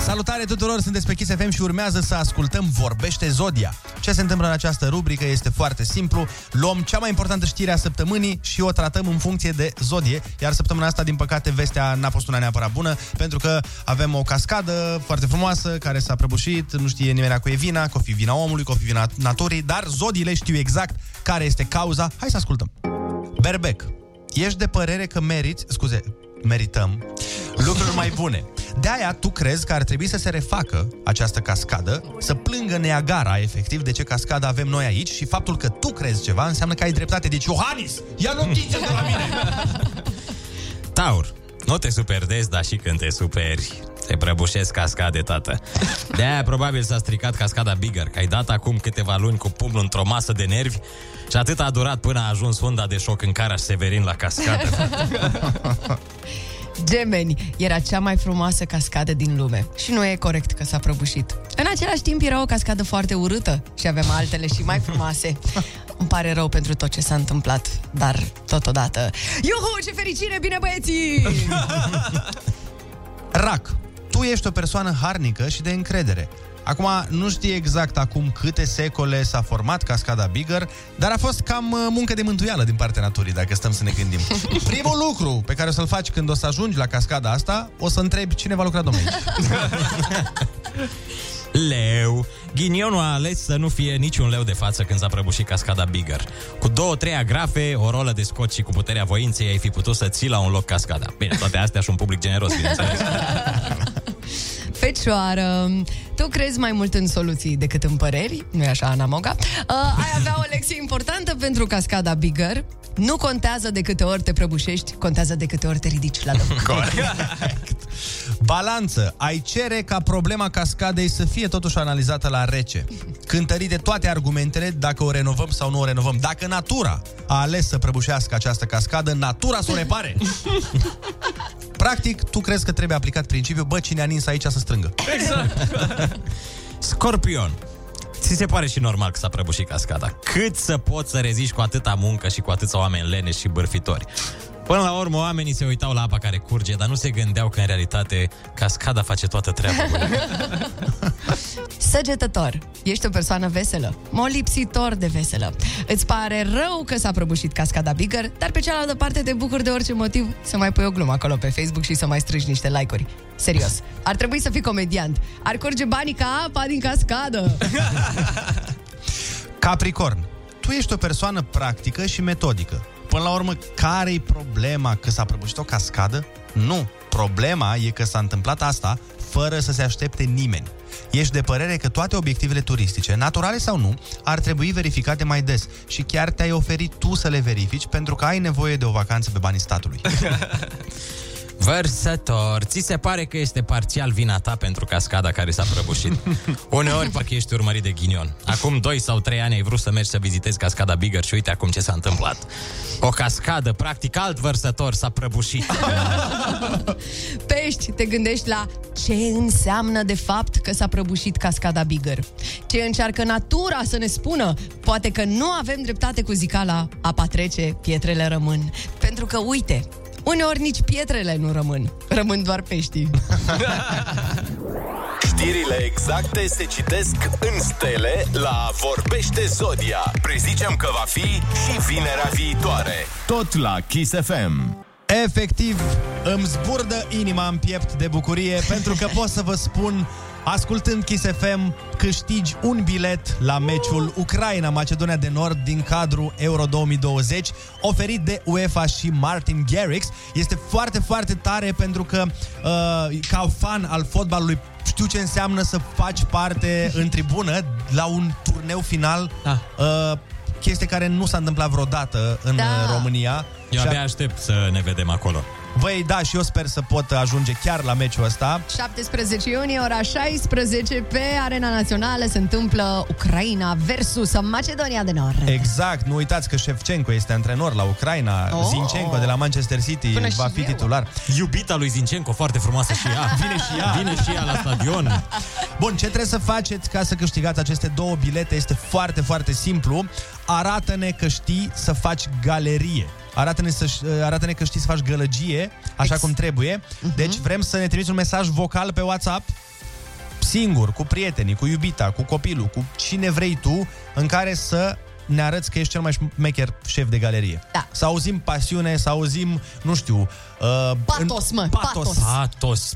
G: Salutare tuturor, sunteți pe Kiss FM și urmează să ascultăm Vorbește Zodia. Ce se întâmplă în această rubrică este foarte simplu. Luăm cea mai importantă știre a săptămânii și o tratăm în funcție de zodie. Iar săptămâna asta, din păcate, vestea n-a fost una neapărat bună, pentru că avem o cascadă foarte frumoasă care s-a prăbușit, nu știe nimeni cu e vina, că o fi vina omului, că o fi vina naturii, dar zodiile știu exact care este cauza. Hai să ascultăm. Berbec, ești de părere că meriți, scuze, merităm lucruri mai bune. De aia tu crezi că ar trebui să se refacă această cascadă, să plângă Neagara efectiv de ce cascada avem noi aici și faptul că tu crezi ceva înseamnă că ai dreptate. Deci, Iohannis, ia notițe de la mine!
H: Taur, nu te superdezi, dar și când te superi te prăbușesc cascade, tată. De-aia probabil s-a stricat cascada Bigger, că ai dat acum câteva luni cu pumnul într-o masă de nervi și atât a durat până a ajuns funda de șoc în Caraș Severin la cascadă.
I: Gemeni era cea mai frumoasă cascadă din lume și nu e corect că s-a prăbușit. În același timp era o cascadă foarte urâtă și avem altele și mai frumoase. Îmi pare rău pentru tot ce s-a întâmplat, dar totodată... Iuhu, ce fericire, bine băieții!
G: Rac, tu ești o persoană harnică și de încredere. Acum, nu știi exact acum câte secole s-a format cascada Bigger, dar a fost cam uh, muncă de mântuială din partea naturii, dacă stăm să ne gândim. Primul lucru pe care o să-l faci când o să ajungi la cascada asta, o să întrebi cine va lucra domnul.
H: Leu. Ghinionul a ales să nu fie niciun leu de față când s-a prăbușit cascada Bigger. Cu două, trei agrafe, o rolă de scot și cu puterea voinței ai fi putut să ții la un loc cascada. Bine, toate astea și un public generos, bineînțeles.
I: Fecioară, tu crezi mai mult în soluții decât în păreri, nu-i așa, Ana Moga? Uh, ai avea o lecție importantă pentru cascada Bigger. Nu contează de câte ori te prăbușești, contează de câte ori te ridici la loc.
G: Corect. Balanță. Ai cere ca problema cascadei să fie totuși analizată la rece. Cântări de toate argumentele dacă o renovăm sau nu o renovăm. Dacă natura a ales să prăbușească această cascadă, natura să o repare. Practic, tu crezi că trebuie aplicat principiul, bă, cine a nins aici să strângă.
H: Exact. Scorpion. Ți se pare și normal că s-a prăbușit cascada. Cât să poți să reziști cu atâta muncă și cu atâția oameni leneși și bârfitori? Până la urmă, oamenii se uitau la apa care curge, dar nu se gândeau că, în realitate, cascada face toată treaba.
I: Săgetător. Ești o persoană veselă, molipsitor de veselă. Îți pare rău că s-a prăbușit cascada Bigger, dar pe cealaltă parte te bucuri de orice motiv să mai pui o glumă acolo pe Facebook și să mai strângi niște like-uri. Serios, ar trebui să fii comediant. Ar curge banii ca apa din cascadă.
G: Capricorn. Tu ești o persoană practică și metodică. Până la urmă, care-i problema că s-a prăbușit o cascadă? Nu. Problema e că s-a întâmplat asta fără să se aștepte nimeni. Ești de părere că toate obiectivele turistice, naturale sau nu, ar trebui verificate mai des și chiar te-ai oferit tu să le verifici pentru că ai nevoie de o vacanță pe banii statului.
H: Vărsător, ți se pare că este parțial vina ta pentru cascada care s-a prăbușit. Uneori parcă ești urmărit de ghinion. Acum 2 sau 3 ani ai vrut să mergi să vizitezi cascada Bigger și uite acum ce s-a întâmplat. O cascadă, practic alt vărsător s-a prăbușit.
I: Pești, te gândești la ce înseamnă de fapt că s-a prăbușit cascada Bigger. Ce încearcă natura să ne spună. Poate că nu avem dreptate cu zicala, apa trece, pietrele rămân. Pentru că, uite, uneori nici pietrele nu rămân. Rămân doar peștii.
M: Știrile exacte se citesc în stele la Vorbește Zodia. Prezicem că va fi și vinerea viitoare.
E: Tot la Kiss FM.
G: Efectiv, îmi zburdă inima în piept de bucurie pentru că pot să vă spun, ascultând Kiss FM, câștigi un bilet la meciul Ucraina-Macedonia de Nord din cadrul Euro 2020, oferit de UEFA și Martin Garrix. Este foarte, foarte tare pentru că uh, ca fan al fotbalului știu ce înseamnă să faci parte în tribună la un turneu final uh, chestie care nu s-a întâmplat vreodată în
H: Da.
G: uh, România.
H: Eu
G: Și a-
H: abia aștept să ne vedem acolo.
G: Băi, da, și eu sper să pot ajunge chiar la meciul ăsta.
I: 17 iunie, ora 16, pe Arena Națională se întâmplă Ucraina versus Macedonia de Nord.
G: Exact, nu uitați că Shevchenko este antrenor la Ucraina,
I: Oh.
G: oh. Zinchenko de la Manchester City
I: Până
G: va
I: și
G: fi
I: eu.
G: titular.
H: Iubita lui Zinchenko, foarte frumoasă și ea.
G: Vine și ea.
H: Vine și ea la stadion.
G: Bun, ce trebuie să faceți ca să câștigați aceste două bilete este foarte, foarte simplu. Arată-ne că știi să faci galerie. Arată-ne, să, arată-ne că știi să faci gălăgie, așa cum trebuie.
I: Mhm.
G: Deci vrem să ne trimiți un mesaj vocal pe WhatsApp singur, cu prietenii, cu iubita, cu copilul, cu cine vrei tu, în care să ne arăți că ești cel mai șmecher șef de galerie. Da. Să auzim pasiune, să auzim, nu știu... Uh,
I: Patos, mă, patos.
H: Patos.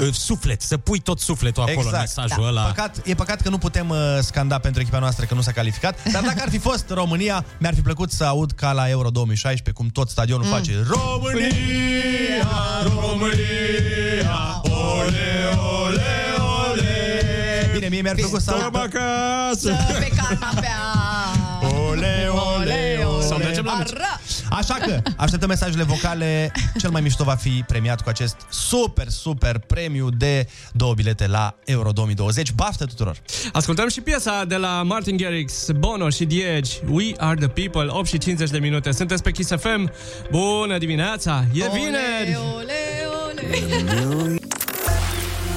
H: Uh, Suflet, să pui tot sufletul acolo în mesajul ăla.
G: Exact. Da. Păcat, e păcat că nu putem uh, scanda pentru echipa noastră că nu s-a calificat, dar dacă ar fi fost România, mi-ar fi plăcut să aud ca la Euro 2016 cum tot stadionul mm. face România, România, ole, ole, ole. Bine, mie mi-ar plăcut să aud...
H: Păi, acasă!
I: Pe canapea!
G: Ole, ole, ole.
I: Sau mergem la meci.
G: Așa că așteptăm mesajele vocale. Cel mai mișto va fi premiat cu acest super, super premiu de două bilete la Euro 2020. Baftă tuturor!
A: Ascultăm și piesa de la Martin Garrix, Bono și Diege, We Are The People, 8 și 50 de minute. Sunteți pe Kiss FM. Bună dimineața! E vineri!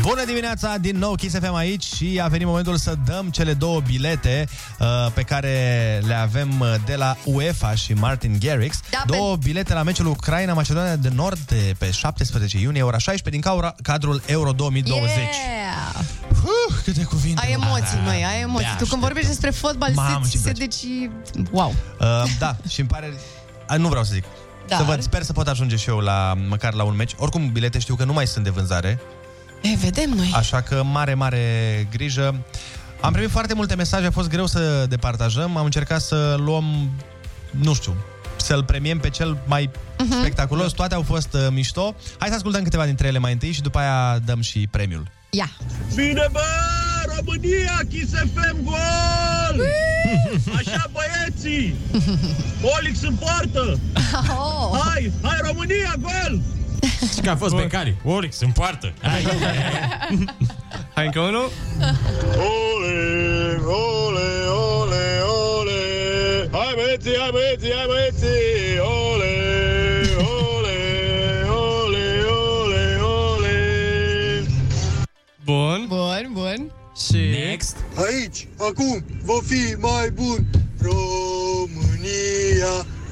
G: Bună dimineața, din nou Kiss FM aici și a venit momentul să dăm cele două bilete uh, pe care le avem uh, de la UEFA și Martin Garrix.
I: Da,
G: două bilete la meciul Ucraina-Macedonia de Nord de pe 17 iunie, ora 16, din caura, cadrul Euro 2020.
I: Yeah!
G: Uh, câte cuvinte!
I: Ai emoții,
G: Da,
I: măi, ai emoții.
G: abia
I: Tu când vorbești despre fotbal,
G: Mamă,
I: se,
G: ce-mi
I: se
G: place.
I: deci... Wow!
G: Uh, da, și îmi pare... A, nu vreau să zic. Dar... Să văd, sper să pot ajunge și eu la, măcar la un meci. Oricum, bilete știu că nu mai sunt de vânzare,
I: E, vedem noi.
G: așa că mare, mare grijă. Am primit foarte multe mesaje, a fost greu să departajăm. Am încercat să luăm, nu știu, să-l premiem pe cel mai uh-huh. spectaculos. Toate au fost uh, mișto. Hai să ascultăm câteva dintre ele mai întâi și după aia dăm și premiul.
I: Ia.
N: Bine, bă, România, Kiss FM, gol! Așa, băieții! Olix în poartă! Hai, hai, România, gol!
H: Și că a fost becari. Orix, în poartă. Hai.
A: Hai încă unul.
N: Ole, ole, ole, ole! Hai, băieții, hai, băieții, hai, băieții! Ole, ole, ole, ole, ole!
A: Bun.
I: Bun, bun.
A: Și... Next.
N: Aici, acum, va fi mai bun România,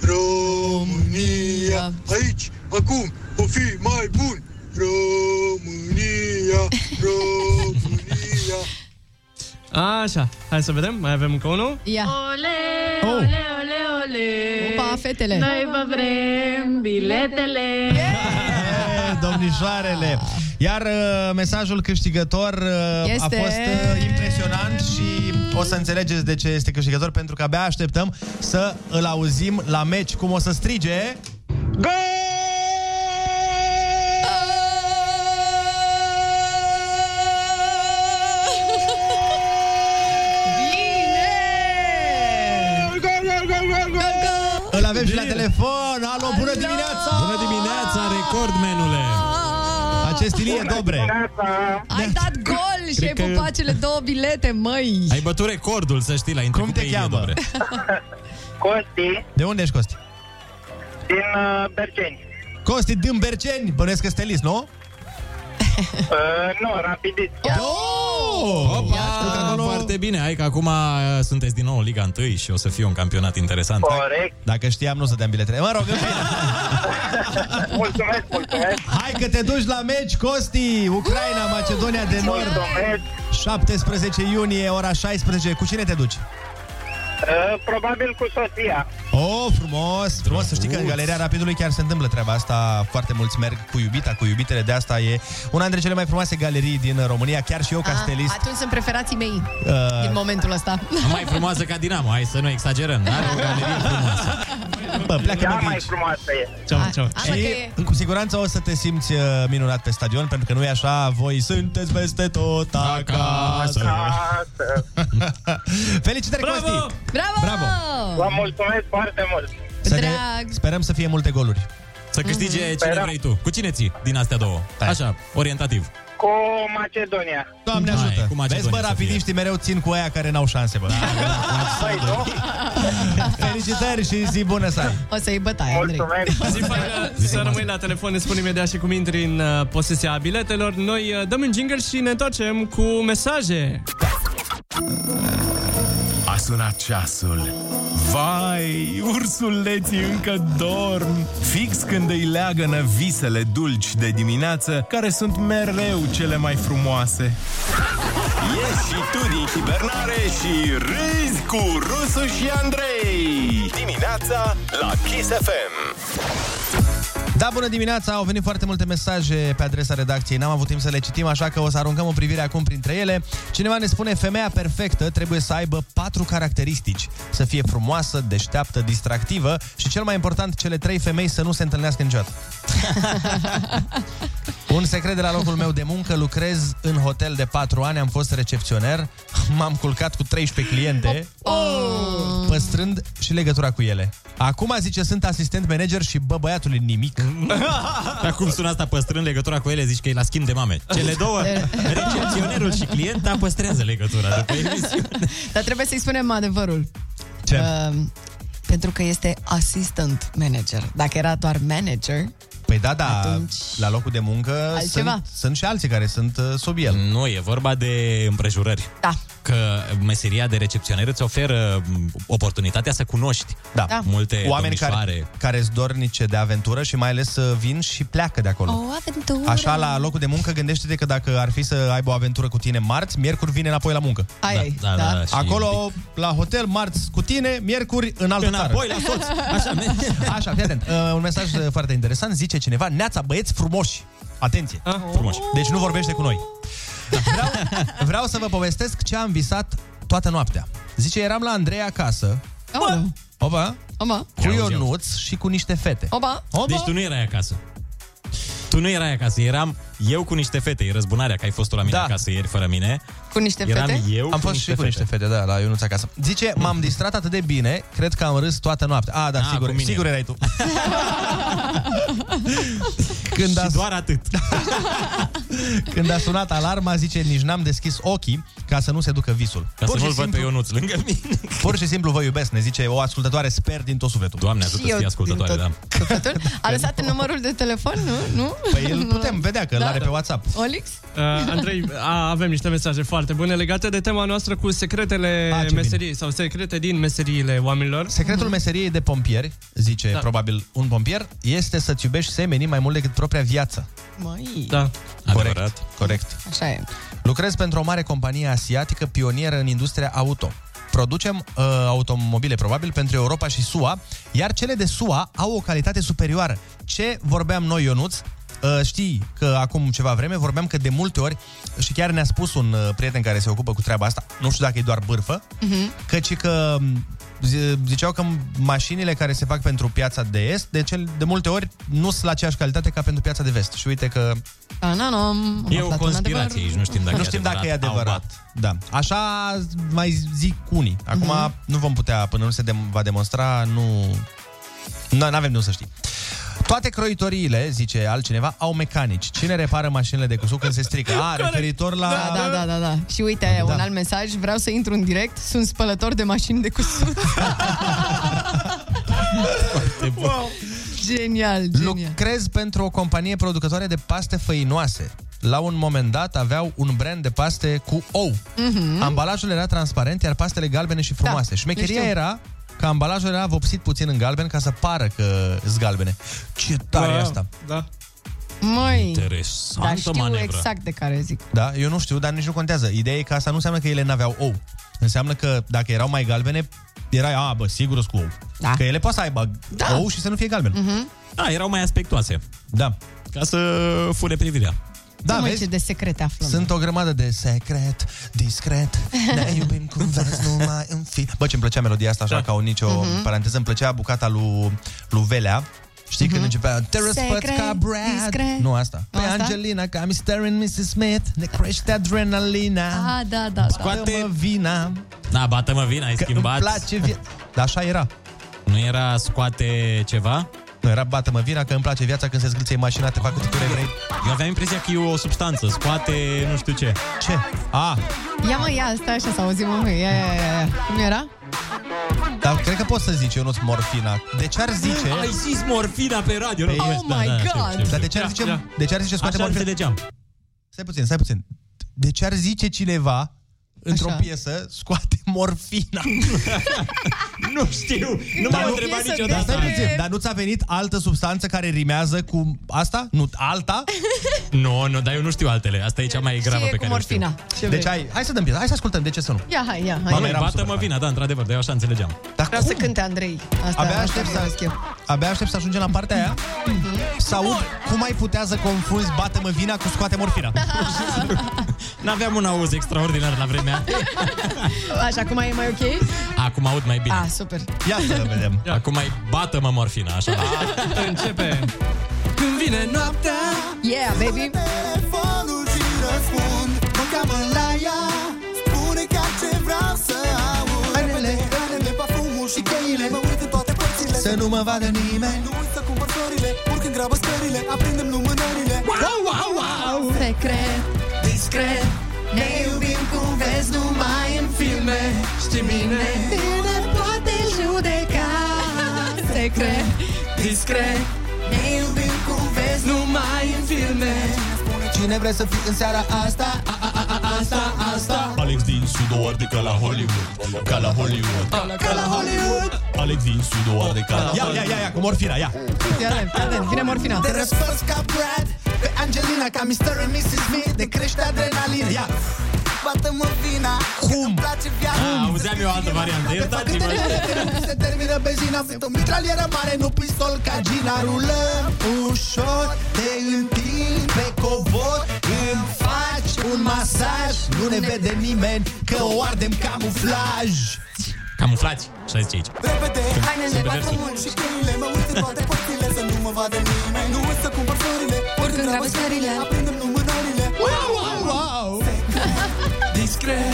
N: România Aici, acum, va fi mai bun România, România
A: Așa, hai să vedem, mai avem încă unul.
I: Ia.
K: Ole,
A: Oh.
K: ole, ole, ole.
I: Opa, fetele.
K: Noi vă vrem biletele.
G: E, domnișoarele! Iar uh, mesajul câștigător uh,
I: Este-
G: a fost uh, impresionant și o să înțelegeți de ce este câștigător, pentru că abia așteptăm să îl auzim la meci, cum o să strige... Gol!
N: Gol, gol, gol, gol, gol, gol!
G: Îl avem și la telefon! Alo, bună dimineața!
H: Bună dimineața, recordmenule!
G: Acest Ilie Dobre. Da.
I: Ai dat gol și
H: Cred
I: ai
H: că-
I: pupat cele două bilete, măi.
H: Ai bătut recordul, să știi, la intru Cum te cheamă? Dobre.
N: Costi
G: De unde ești, Costi?
N: din uh, Berceni.
G: Costi din Berceni, bănuiesc că stelist, nu?
N: Uh, nu, rapidit.
G: Oh!
H: Opa, foarte bine. Hai că acum uh, sunteți din nou în Liga 1 și o să fie un campionat interesant.
N: Corect.
G: Dacă știam, nu o să dăm biletele. Mă rog, în fine.
N: mulțumesc, mulțumesc.
G: Hai că te duci la meci, Costi! Ucraina, Macedonia de Nord. 17 iunie, ora 16. Cu cine te duci?
R: Ă,
N: Uh, probabil cu soția.
G: Oh, frumos! Frumos să știi că în Galeria Rapidului chiar se întâmplă treaba asta. Foarte mulți merg cu iubita, cu iubitele. De asta e una dintre cele mai frumoase galerii din România. Chiar și eu, ca
I: Ah,
G: stelist,
I: Atunci sunt preferații mei
G: Uh.
I: din momentul ăsta.
H: Mai frumoasă ca Dinamo, hai să nu exagerăm. da? Are o galerie frumoasă.
G: Bă, pleacă
N: Cea
G: mă de
N: mai
G: aici.
N: frumoasă e.
A: Ceau, ceau.
I: Așa
G: Și
I: că e.
G: cu siguranță o să te simți uh, minunat pe stadion, pentru că nu e așa, voi sunteți peste tot acasă.
N: Acasă.
G: Felicitări, Costi!
I: Bravo!
G: Bravo!
N: Vă mulțumesc foarte mult.
G: Să ne,
I: Drag.
G: sperăm să fie multe goluri.
H: Să câștige cine
N: Mm-hmm. Sperăm.
H: vrei tu. Cu cine ții din astea două? Așa, orientativ.
N: Cu Macedonia.
G: Doamne
H: Hai,
G: ajută!
H: cu Macedonia
G: Vezi, bă,
H: să fie. Da.
G: rapidiștii mereu țin cu aia care n-au șanse, bă.
N: Păi, nu?
G: Felicitări și zi bună să ai!
I: O să-i bătaie, Andrei.
N: Mulțumesc.
A: Zi faină, să rămâi la telefon, ne spun imediat și cum intri în uh, posesia biletelor. Noi uh, dăm un jingle și ne întoarcem cu mesaje.
F: A sunat ceasul. Vai, ursuleții încă dorm. Fix când îi leagănă visele dulci de dimineață, care sunt mereu cele mai frumoase.
V: Ieși și tu din hibernare și râzi cu Rusu și Andrei. Dimineața la Kiss FM.
G: Da, bună dimineața! Au venit foarte multe mesaje pe adresa redacției. N-am avut timp să le citim, așa că o să aruncăm o privire acum printre ele. Cineva ne spune, femeia perfectă trebuie să aibă patru caracteristici. Să fie frumoasă, deșteaptă, distractivă și, cel mai important, cele trei femei să nu se întâlnească niciodată. Un secret de la locul meu de muncă, lucrez în hotel de 4 ani, am fost recepționer, m-am culcat cu 13 cliente,
I: Oh!
G: păstrând și legătura cu ele. Acum, zice, sunt asistent manager și bă, băiatul nimic.
H: Dar cum sună asta păstrând legătura cu ele, zici că e la schimb de mame. Cele două, recepționerul și clienta păstrează legătura după emisiune.
I: Dar trebuie să-i spunem adevărul.
G: Ce?
I: Uh, pentru că este assistant manager. Dacă era doar manager,
G: Păi da, da,
I: Atunci-
G: la locul de muncă
I: Altceva.
G: sunt, sunt și alții care sunt uh, sub el.
H: Nu, e vorba de împrejurări.
I: da,
H: că meseria de recepționer îți oferă m, oportunitatea să cunoști
G: da.
H: multe
G: Oameni
H: domnișoare.
G: care, care sunt dornice de aventură și mai ales uh, vin și pleacă de acolo.
I: O aventură.
G: Așa, la locul de muncă, gândește-te că dacă ar fi să aibă o aventură cu tine marți, miercuri vine înapoi la muncă.
I: Ai, ai, Da, da, da. da, și-
G: Acolo, la hotel, marți cu tine, miercuri în altă
H: Înapoi
G: țară.
H: la soț. Așa,
G: Așa, fii atent. Uh, un mesaj uh, foarte interesant. Zice cineva, neața băieți frumoși. Atenție.
H: Ah. Frumoși.
G: Deci nu vorbește cu noi. Vreau, vreau să vă povestesc ce am visat toată noaptea. Zice, eram la Andrei acasă.
I: Opa.
G: Opa.
I: Opa.
G: Cu Ionuț și cu niște fete.
I: Opa.
H: Deci tu nu erai acasă. Tu nu erai acasă, eram eu cu niște fete. E răzbunarea că ai fost tu la mine da. acasă ieri fără mine.
I: Cu niște
H: eram
I: fete?
H: eu
G: Am fost și cu niște fete, da, la Ionuț acasă. Zice, m-am distrat atât de bine, cred că am râs toată noaptea. A, da,
H: Ah, cu
G: sigur,
H: mine.
G: sigur erai tu.
H: Când și doar atât.
G: Când a sunat alarma, zice, nici n-am deschis ochii ca să nu se ducă visul.
H: Ca să nu-l văd pe Ionuț lângă mine.
G: Pur și simplu vă iubesc, ne zice o ascultătoare, sper din tot sufletul.
H: Doamne, ajută
I: Și să fie eu ascultătoare, din
G: da.
I: A lăsat numărul de telefon, nu? nu?
G: Păi îl putem vedea, că
I: Da?
G: da? l-are pe WhatsApp.
I: Olix?
A: Uh, Andrei, a, avem niște mesaje foarte bune legate de tema noastră cu secretele
G: Ah, ce bine.
A: meseriei sau secrete din meseriile oamenilor. Mhm.
G: Secretul meseriei de pompieri, zice
A: Da.
G: da. probabil un pompier, este să-ți iubești semenii mai mult decât propria viață.
I: Mai.
A: Da.
G: Corect. Corect.
I: Așa e.
G: Lucrez pentru o mare companie asiatică pionieră în industria auto. Producem uh, automobile, probabil, pentru Europa și SUA, iar cele de SUA au o calitate superioară. Ce vorbeam noi, Ionuț? Uh, știi că acum ceva vreme vorbeam că de multe ori, și chiar ne-a spus un uh, prieten care se ocupă cu treaba asta, nu știu dacă e doar bârfă, căci că m, zi- ziceau că mașinile care se fac pentru piața de est, de, cel, de multe ori, nu sunt la aceeași calitate ca pentru piața de vest. Și uite că
I: Ananom, Da, am
G: E o
I: aflat un
G: conspirație
I: adevăr.
H: aici, nu știm dacă
G: nu
H: e
G: știm dacă e
H: adevărat.
G: adevărat. Da. Așa mai zic unii. Acum
H: Mhm.
G: mm-hmm. nu vom putea, până nu se dem- va demonstra, nu... Nu avem de unde să știm. Toate croitoriile, zice altcineva, au mecanici. Cine repară mașinile de cusut când se strică? A, referitor la...
I: Da, da, da, da, da. Și uite, da.
G: Da.
I: un alt mesaj. Vreau să intru în direct. Sunt spălător de mașini de cusut.
G: Wow.
I: genial, genial.
G: Lucrez pentru o companie producătoare de paste făinoase. La un moment dat aveau un brand de paste cu ou.
I: Mhm.
G: Ambalajul era transparent, iar pastele galbene și frumoase.
I: Da, le
G: Șmecheria
I: știu.
G: era că ambalajul era vopsit puțin în galben ca să pară că sunt galbene. Ce tare e
A: Da,
G: asta!
A: Da.
I: Măi,
H: Interesantă
I: dar știu
G: manevră.
I: exact de care zic.
G: Da, eu nu știu, dar nici nu contează. Ideea e că asta nu înseamnă că ele n-aveau ou. Înseamnă că dacă erau mai galbene, era, a, bă, sigur sunt cu ou.
I: Da. Mhm.
G: Că ele pot să aibă da. ou și să nu fie galben.
H: Da, erau mai aspectoase.
G: Da.
H: Ca să fure privirea.
G: Da,
I: Da, mă,
G: vezi?
I: ce de secrete aflăm.
G: Sunt o grămadă de secret, discret, Păi, ne iubim cum vezi numai
I: Da?
G: în fi. Bă, ce-mi plăcea melodia asta, așa, da. ca o nicio
I: Mhm.
G: uh-huh. paranteză, îmi plăcea bucata lui, lui Velea. Știi uh-huh. când începea Te răspăt
I: Mhm. Secret,
G: ca Brad
I: discret.
G: Nu asta Păi, Pe
I: Asta?
G: Angelina ca Mr. and Mrs. Smith Ne crește adrenalina
I: Ah, da, da, da.
G: Scoate vina
H: Da, bată-mă vin, ai schimbat.
G: Îmi place viața Dar așa era
H: Nu era scoate ceva?
G: Nu era bată-mă vina că îmi place viața Când se zgâlție mașina te fac cât tu vrei
H: Eu aveam impresia că e o substanță, scoate nu știu ce.
G: Ce? A,
I: Ia mă, ia asta așa să auzim. Mă, ia, ia, ia, ia. Cum era?
G: dar cred că poți să zici Eu nu morfina De ce ar zice Păi,
H: Ai zis morfina pe radio,
G: Pe
H: nu?
I: Oh
G: ei.
H: Da, da, știu, știu, știu.
G: Dar de ce ar zice,
H: Da, da.
G: de ce ar zice scoate
H: Așa
G: morfina?
H: înțelegeam.
G: Stai puțin, stai puțin. De ce ar zice cineva într-o
H: Așa.
G: piesă scoate morfina?
H: Nu știu, nu
G: Dar
H: m-am întrebat
G: piesă
H: niciodată.
G: Dar, stai puțin, dar nu ți-a venit altă substanță care rimează cu asta? Nu, alta?
H: Nu, nu, dar eu nu știu altele. Asta e cea mai gravă
I: e
H: pe
I: cu
H: care o știu.
I: morfina. Ce
G: Deci
I: vrei?
G: hai, hai să dăm piesa, hai să ascultăm, de ce să nu?
I: Ia, hai, ia, hai.
H: Mamă, bată-mă vina, da, într-adevăr, dar eu așa înțelegeam.
G: Dar
I: Vreau să cânte Andrei. Asta,
G: Abia
I: asta
G: aștept să-
I: vreau eu.
G: Abia aștept să ajungem la partea aia Să aud cum ai putea să confunzi Bată-mă vina cu scoate morfina
H: N-aveam un auz extraordinar la vremea.
I: Așa, acum e mai ok?
H: Acum aud mai bine.
I: Ah, super.
G: Ia să vedem.
H: Acum mai bată-mă morfina, așa.
A: Începe. Când vine noaptea
I: Yeah, baby.
K: telefonul și răspund Mă cheamă la ea Spune chiar ce vreau să aud Hainele, ranele, parfumul și cheile Mă uit în toate părțile
G: Să nu mă vadă nimeni
K: Nu uit să cumpăr florile Urc în grabă scările Aprindem lumânările Wow, wow, wow
I: Secret,
K: discret Ne iubim cum vezi numai în filme Știi bine Bine poate judeca Secret, discret Ne iubim cum vezi numai în filme
G: Cine vrea să fii în seara asta? A, a, a, a, a.
N: asta, asta
W: Alex din Sud o arde ca la Hollywood Ca la Hollywood
N: Ca la Hollywood
W: Alex din Sud o arde ca la
G: Ah. Ia, ia, ia, ia, cu morfina, ia
I: Vine morfina
N: Te răsfărs ca Brad Pe Angelina Ca Mr. and Mrs. Smith De crește adrenalina Ia Bată-mă vina Cum? Îmi place
I: Da.
N: viața
H: A, auzeam eu o altă variantă. Iertați-mă.
N: Se termină benzina Sunt o mitralieră mare Nu pistol ca gina Rulăm ușor Te întind pe covor Îmi faci un masaj Nu ne vede nimeni Că o ardem camuflaj
H: Camuflați, așa zice aici.
N: Repede,
H: Când
N: hainele,
H: sunt pe
N: bată
H: versuri.
N: mâini și câinile Mă uit în toate părțile să nu mă vadă nimeni Nu uit să cumpăr florile, oricând gravăscările Aprindem lumânările Wow, wow, wow Discret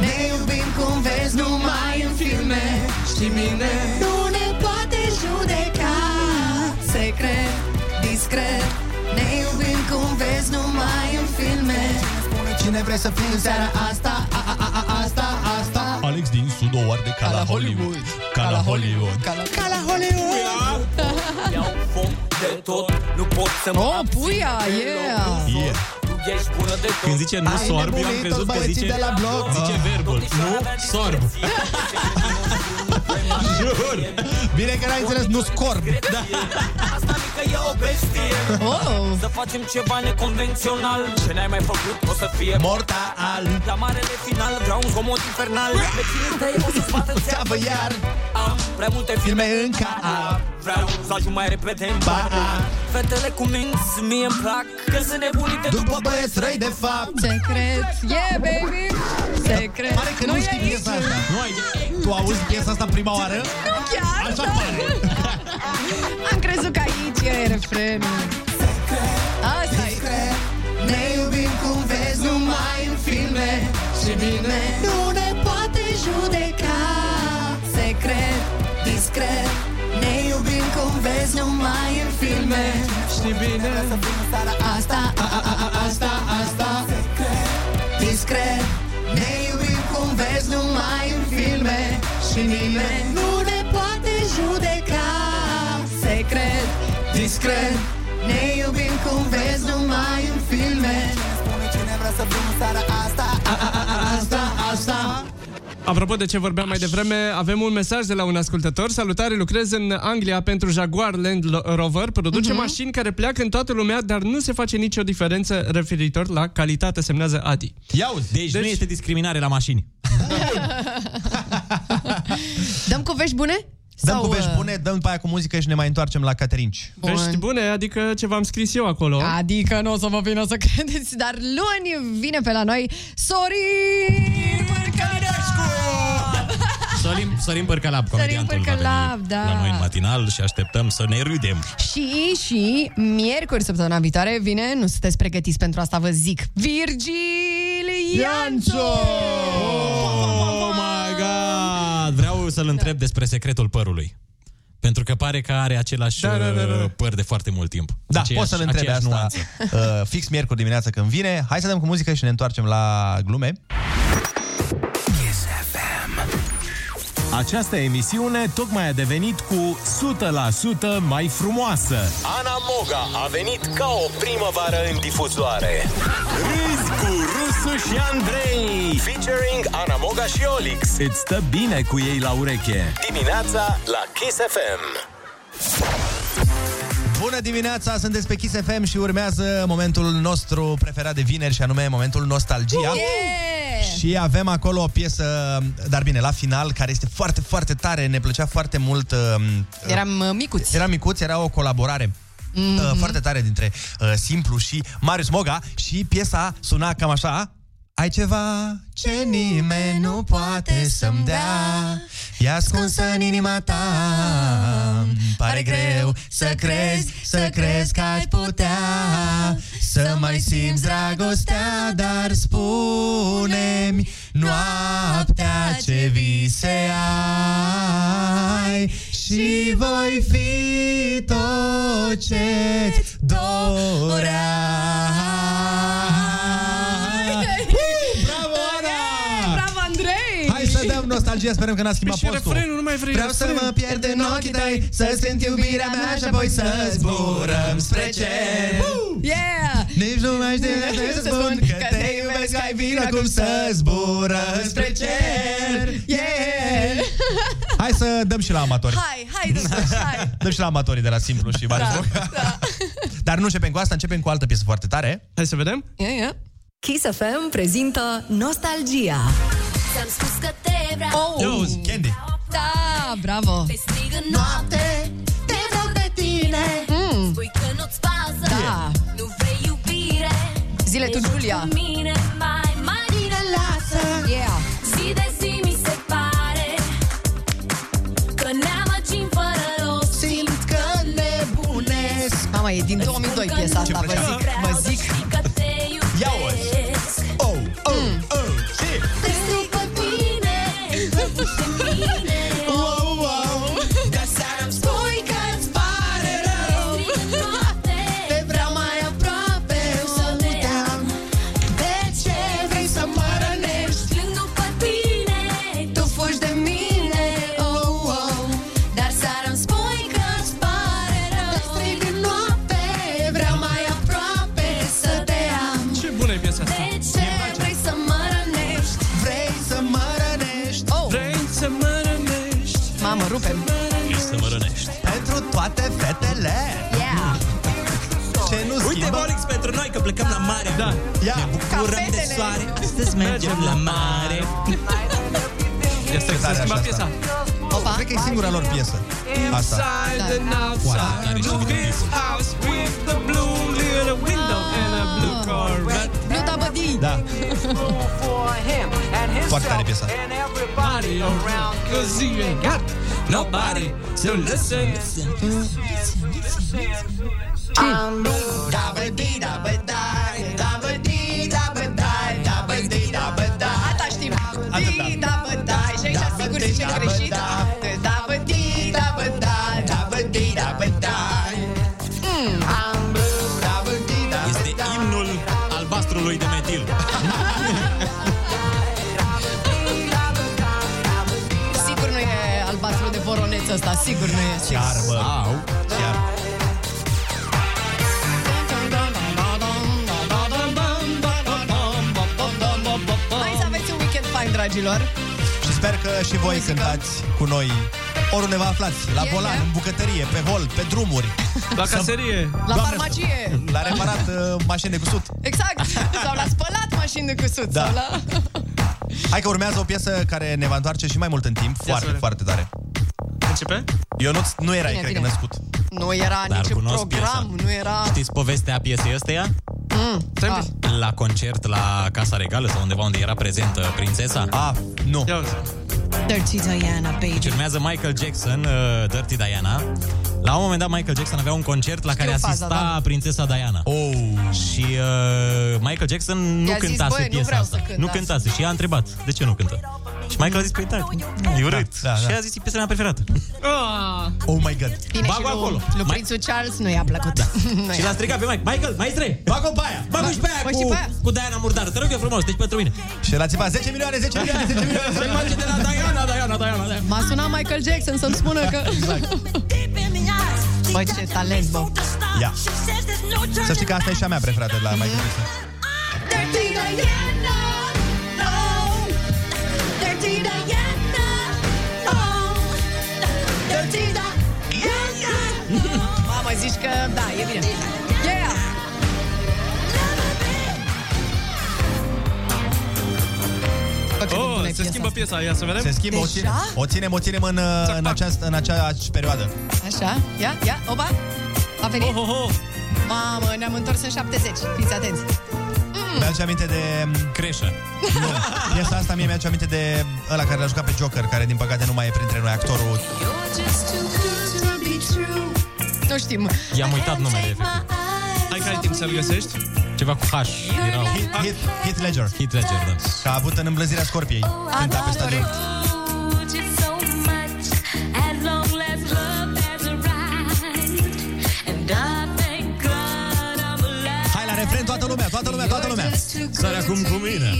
N: Ne iubim cum vezi numai în filme Și mine
K: Nu ne poate judeca Secret, discret Ne iubim cum vezi numai în filme
N: Cine vrei să fii în seara asta, a, a, a, a, asta, asta
W: Alex din Sud o arde ca la Hollywood Ca la Hollywood
N: Ca la Hollywood
O: Iau foc de tot Nu pot să mă
I: Oh, puia, yeah
W: Yeah
O: Tu ești bună de tot
H: Când zice nu
O: Ai
H: sorb, eu am
O: nebunit
H: crezut
O: toți
H: că
O: băieții
H: zice,
O: de la bloc.
H: zice verbul. Nu sorb.
G: Jur Bine că n-ai înțeles, nu scorb
O: Da. Asta mică e o bestie
I: oh.
O: Să facem ceva neconvențional Ce n-ai mai făcut o să fie mortal La marele final vreau un zgomot infernal Vecinii tăi o să-ți bată în țeavă iar Am prea multe filme în cap Vreau să ajung mai repede în bar Fetele cu minți mie îmi plac Că sunt nebunite după băieți răi de fapt
I: Secret, yeah, baby Secret
G: Pare că nu, știi
I: e
G: piesa
I: aici.
G: asta nu ai... Tu auzi piesa asta prima oară?
I: Nu chiar,
G: Așa
I: da.
G: pare.
I: Am crezut că aici e refrenul Asta e
N: Ne iubim cum vezi numai în filme Și bine
K: Nu ne poate judeca Secret, discret Ne iubim cum vezi numai în filme
N: Știi bine
K: Asta, a, a, a, a, asta, asta
N: Discret Ne iubim cum vezi numai în filme Și nimeni nu ne poate judeca Secret, discret Ne iubim cum vezi numai în filme Spune cine vrea să fim în seara asta a, a, a, a, Asta, asta
A: Apropo de ce vorbeam mai devreme, avem un mesaj de la un ascultător. Salutare, lucrez în Anglia pentru Jaguar Land Lo- Rover. Produce
I: Mhm.
A: mașini care pleacă în toată lumea, dar nu se face nicio diferență referitor la calitate, semnează Adi.
G: Ia uzi.
H: Deci, deci, nu este discriminare la mașini.
I: Dăm cu vești bune? uh,
G: Dăm cu
N: uh,
G: vești bune, dăm după aia cu muzică și ne mai întoarcem la Caterinci
I: Bun. Vești
A: bune, adică ce v-am scris eu acolo
N: Da,
I: Adică nu o să vă vină să credeți, dar luni vine pe la noi Sorin Părcărescu!
H: Sorin, Sorin Părcalab, comediantul va veni
I: Părcălab, da.
H: la noi în matinal și așteptăm să ne râdem.
I: Și, și, miercuri săptămâna viitoare vine, nu sunteți pregătiți pentru asta, vă zic, Virgil Ianțu!
H: Oh my god! Vreau să-l întreb despre secretul părului. Pentru că pare că are același da, da, da, da. păr de foarte mult timp.
G: Da,
H: Aceeași-
G: poți să-l întrebi
H: aceeași
G: asta
H: nuanță.
G: uh, fix miercuri dimineața când vine. Hai să dăm cu muzică și ne întoarcem la glume.
F: Această emisiune tocmai a devenit cu 100% mai frumoasă.
X: Ana Moga a venit ca o primăvară în difuzoare.
F: Râzi cu Rusu și Andrei.
X: Featuring Ana Moga și Olix.
F: Îți stă bine cu ei la ureche.
X: Dimineața la Kiss FM.
G: Bună dimineața, sunteți pe Kiss FM și urmează momentul nostru preferat de vineri și anume momentul Nostalgia. Și avem acolo o piesă, dar bine, la final, care este foarte, foarte tare, ne plăcea foarte mult. um,
I: Eram uh, micuți.
G: Era micuț, era o colaborare
I: Mhm.
G: uh, foarte tare dintre uh, Simplu și Marius Moga și piesa suna cam așa. Ai ceva ce nimeni nu poate să-mi dea E ascunsă în inima ta Pare greu să crezi, să crezi că ai putea Să mai simți dragostea Dar spune-mi noaptea ce vise ai Și voi fi tot ce doreai Bravo, Ana!
I: Bravo, Andrei!
G: Hai să dăm nostalgia, sperăm că n-a schimbat
I: Păi Și
G: postul.
I: refrenul, nu mai vrei
G: Vreau să
I: refren.
G: mă pierd în ochii tăi, să simt iubirea mea și apoi să zburăm spre cer.
I: Yeah!
G: Nici nu mai știu ce să spun, că te iubesc, ai mașina cum să zbură spre cer Yeah! Hai să dăm și la amatori.
I: Hai, hai, Duduș, hai.
G: Dăm și Deci la amatorii de la Simplu și Bani da, Dar nu începem cu asta, începem cu altă piesă foarte tare.
A: Hai să vedem.
I: Ia, ia. Kiss FM prezintă Nostalgia.
N: Ți-am spus că te vreau
G: Oh. Candy.
I: Da, bravo.
N: Te strig în noapte Te vreau de tine
I: Mm.
N: Spui că nu-ți pasă
I: Da.
N: Nu vrei iubire
I: Zile tu,
N: Te joci
I: Giulia.
N: cu mine mai, mai bine lasă
I: Yeah.
N: Zi de zi mi se pare Că ne amăgim fără rost Simt că nebunesc
I: Mama, e din 2002 piesa asta, vă zic, vă zic.
N: Că te iubesc
I: Ia
N: Oh, oh, oh, shit Te strig pe tine Pe mine Wow, wow De aseară îmi spui că-ți pare rău Te vreau mai aproape Să nu te-am De ce vrei să mă rănești? Plâng după tine Tu fugi de mine Oh, oh Dar seara îmi spui că-ți pare rău Te strig în noapte Vreau mai aproape Să te am
A: Ce bună e piesa asta.
N: de ce vrei să mă rănești? Vrei să mă rănești? Oh.
A: Vrei să mă rănești?
I: Mamă, rupem.
H: Ești să mă rănești.
G: Pentru toate fetele.
I: Yeah.
G: Ce nu
H: Uite, Borix, pentru noi că plecăm la mare. Da.
G: Ia. Ne
H: bucurăm de soare. Astăzi mergem la mare.
A: Este să schimba piesa.
G: Opa. Cred că e singura lor piesă. Asta.
A: Inside and outside, move this house with the blue little window and a blue Corvette.
I: Blue Dabadi.
G: Da. Foarte tare piesa.
A: Body around, 'cause you ain't got nobody to listen.
N: Am
I: Asta știm. Di, da, bă, da. Și aici sigur e cel greșit. Da, bă, di, da, bă, da. Da, bă, di, da, bă, da. Mm.
H: Este imnul albastrului de metil.
I: Sigur nu e albastru de voroneț ăsta, sigur nu e. sigur.
G: Chiar, bă. Chiar.
H: Da.
I: Hai să aveți un weekend fain, dragilor.
G: Și sper că și voi cântați cu noi oriunde vă aflați, la
I: Yeah,
G: volan,
I: yeah.
G: în bucătărie, pe hol, pe drumuri.
A: La caserie.
I: La
G: Doamne,
I: farmacie.
G: La reparat uh, mașini de cusut.
I: Exact. Sau la spălat mașini de cusut.
G: Da.
I: Sau la...
G: Hai că urmează o piesă care ne va întoarce și mai mult în timp, foarte,
A: vedem.
G: foarte tare.
A: Începe?
G: Ionuț, nu erai,
I: Bine,
G: cred
I: bine.
G: că, născut.
I: Nu era
H: Dar
I: niciun
H: cunosc
I: program, nu era...
H: Știți povestea piesei ăsteia?
I: Mm. Ah.
H: La concert la Casa Regală sau undeva unde era prezentă prințesa?
G: Ah, nu.
P: Dirty Diana,
H: Deci
P: baby.
H: urmează Michael Jackson, uh, Dirty Diana. La un moment dat Michael Jackson avea un concert la care
P: faza,
H: asista
P: da.
H: prințesa Diana.
G: Oh.
H: Și uh, Michael Jackson nu
P: I-a zis,
H: cântase
P: "Băi, nu
H: piesa
P: vreau
H: asta.
P: să cânt
H: nu
P: asta."
H: cântase și ea a întrebat de ce nu cântă. Și Michael a zis, păi da, e urât.
G: Da, da,
H: și
G: da.
H: a zis, e piesa mea preferată.
I: Ah.
G: Oh my God.
I: Bine, și
H: Bagă acolo. Da.
I: lui, lui prințul Charles nu i-a plăcut. Nu
H: Și
I: i-a-
H: l-a strigat pe Mike. Michael, maestre, bagă-o pe aia! Bagă și pe aia
P: păi
I: Bă,
H: cu,
I: și pe aia.
H: cu Diana Murdară. Te rog eu frumos, deci pentru mine.
G: Și la țipa 10 milioane, 10 milioane, 10 milioane.
H: Se face de la Diana, Diana, Diana, Exact. Diana.
I: M-a sunat Michael Jackson să-mi spună că... Băi, ce talent, bă.
G: Ia. Să știi că asta e și a mea preferată de la Michael Jackson.
N: Dirty Diana, no Dirty Diana, no Dirty Diana
I: Mamă, zici că... Da, e bine. Yeah!
A: Oh, se schimbă piesa, ia să vedem.
G: Se schimbă, o
I: Deja?
G: ținem, o ținem, o ținem în, uh, în, această, în acea perioadă.
I: Așa, ia, ia, opa. A venit. Oh, oh, oh. Mamă, ne-am întors în 70. Fiți atenți.
G: Mi-aduce aminte de... mm,
H: Creșă.
G: Nu. Piesa asta mie mi-aduce aminte de ăla care l-a jucat pe Joker, care din păcate nu mai e printre noi, actorul.
I: Nu știm.
H: I-am uitat numele, efectiv.
A: Hai că ai timp să-l găsești.
H: Ceva cu H. Erau.
G: Heath, Heath, Heath Ledger.
H: Heath Ledger, da.
G: Că a avut în îmblăzirea scorpiei. Cânta pe stadion. Hai la refren, toată lumea, toată lumea, toată lumea.
N: Sare acum cu mine.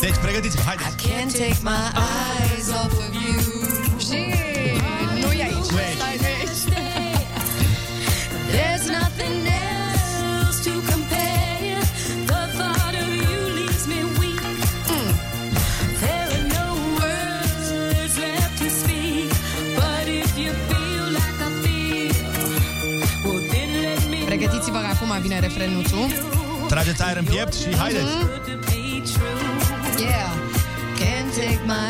G: Deci, pregătiți-vă, haideți.
N: Can't take my eyes off of you.
I: Și nu e aici.
N: Wait.
I: Stai de aici.
N: There's nothing else to compare. The thought of you leaves me weak.
I: Pregătiți-vă că acum vine refrenuțul.
G: Trageți aer în piept și haideți!
N: Mm-hmm.
I: Yeah. Can't take my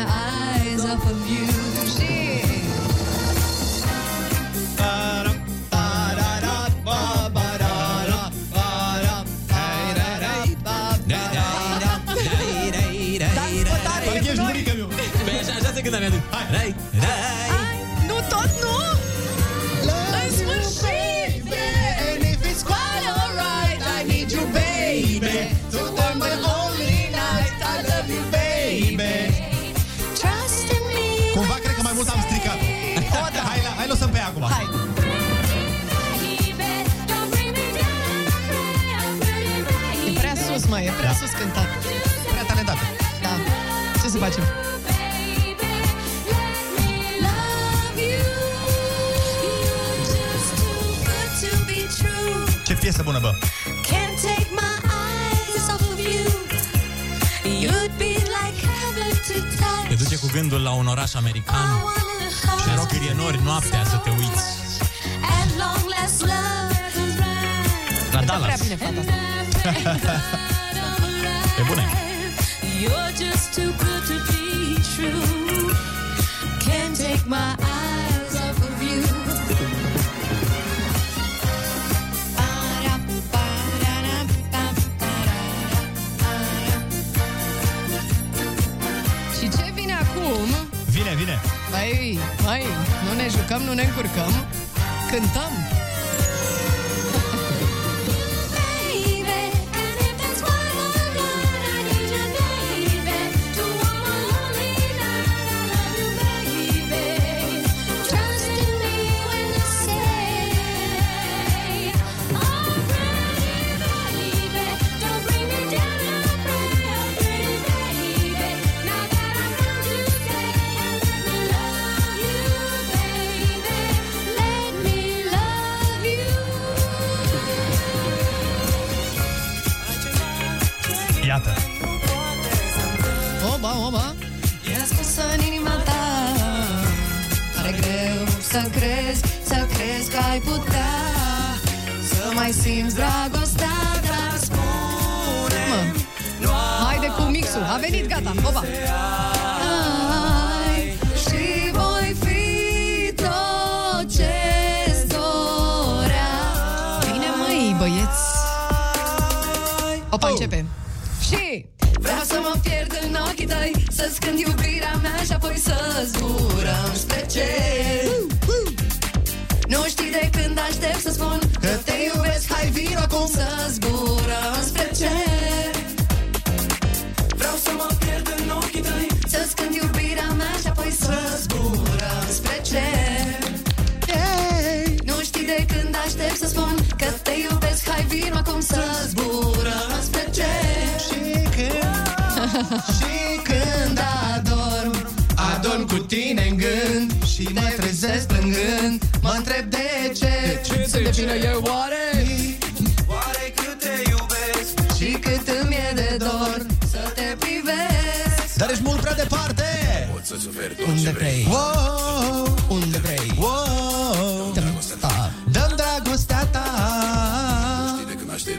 I: eyes off of you. Și...
N: Parcă ești bunică meu
H: Păi așa, așa se cânta mea Hai, hai, hai
N: Nu tot nu În sfârșit And if it's quite alright I need you baby To burn my only night I love you baby Trust in me
G: Cumva cred că mai mult am stricat. Hai, la, hai lăsăm pe ea acum. Hai.
I: E prea sus, mă, e prea sus cântat. Prea talentat. Da. Ce să facem?
G: Ce piesă bună, bă!
N: Can't take my eyes off of you You'd be like heaven to
H: Te
N: touch
H: duce cu gândul la un oraș american Și la scrie nori noaptea să te uiți
N: And long last love is right
H: La Dallas
I: bine fata
H: E bună
N: You're just too good to be true. Can't take my eyes off of you.
I: Și ce vine acum?
G: Vine, vine!
I: Mai, mai, nu ne jucăm, nu ne încurcăm. Cântăm.
N: Baby, and if it's one on one, I need you, baby. To warm my lonely night, I love you, baby. Trust in me when I say, I'm ready, baby. Don't bring me down, I'm ready, I'm ready, baby. Now that I'm down to stay, and let me love you, baby. Let me love you.
G: Iată!
I: Oba, oba. E ascunsă în inima ta.
K: Pare greu să crezi, să crezi că ai putea Să mai simți dragostea, dar spune
I: Haide cu mixul. A venit, gata. Oba.
K: ai Și voi fi tot ce
I: Bine, măi, băieți. Opa,
K: Oh.
I: începe. Și...
K: Vreau să mă pierd în ochii tăi Să-ți cânt iubirea mea și apoi să zburăm spre cer Nu știi de când aștept să spun Că te iubesc, hai vino acum Să zburăm spre cer Vreau să mă pierd în ochii tăi Să-ți cânt iubirea mea și apoi să zburăm spre cer nu știi de când aștept să spun Că te iubesc, hai vino acum să zburăm spre cer Și când, și când adorm
L: Adorm cu tine în gând Și
K: Mă trezesc plângând Mă întreb de ce,
L: De ce,
K: Sunt
L: de
K: de
L: ce?
K: vină eu oare Oare cât te iubesc Și cât îmi e de dor Să te privesc
G: Dar ești mult prea departe
K: Pot să suferi
L: Unde vrei
K: Wow,
L: Unde vrei
K: wow Dăm dragostea ta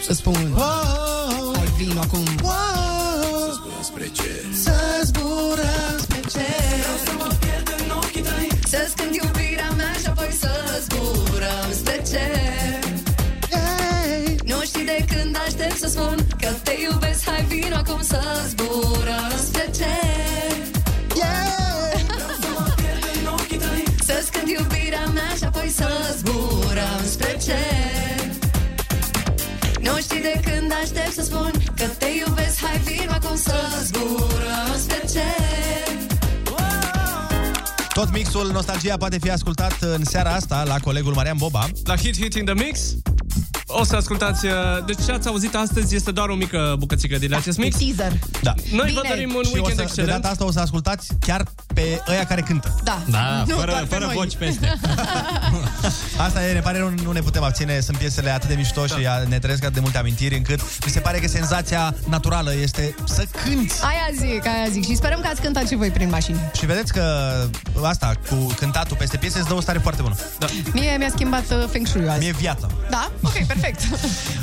I: Să spun
K: Wow
I: Hai, vino acum
K: Wow
M: Spre ce?
K: Să zburăm spre cer Vreau să mă pierd în ochii tăi Să-ți cânt iubirea mea și apoi să zburăm spre cer Nu știi de când aștept să spun Că te iubesc, hai vino acum să zburăm spre cer Vreau să mă pierd în ochii tăi. Să-ți cânt iubirea mea și apoi să zburăm spre cer nu știi de când aștept să spun Că te iubesc, hai vino acum să zburăm spre cer
G: Tot mixul Nostalgia poate fi ascultat în seara asta la colegul Marian Boba.
A: La Hit Hit in the Mix o să ascultați, uh, deci ce ați auzit astăzi este doar o mică bucățică din acest mix.
I: Teaser.
G: Da.
A: Noi vă dorim un
G: și
A: weekend
G: o să, De
A: excelent.
G: data asta o să ascultați chiar pe ăia care cântă.
I: Da.
H: Da, fără, fără voci peste
G: Asta e, ne pare, nu, nu ne putem abține, sunt piesele atât de mișto și
A: Da.
G: a- ne trăiesc atât de multe amintiri încât mi se pare că senzația naturală este să cânti.
I: Aia zic, aia zic. Și sperăm că ați cântat și voi prin mașini.
G: Și vedeți că asta, cu cântatul peste piese, îți dă o stare foarte bună. Da.
I: Mie mi-a schimbat uh, feng shui-ul azi.
G: Mie viața.
I: Da? Ok, perfect.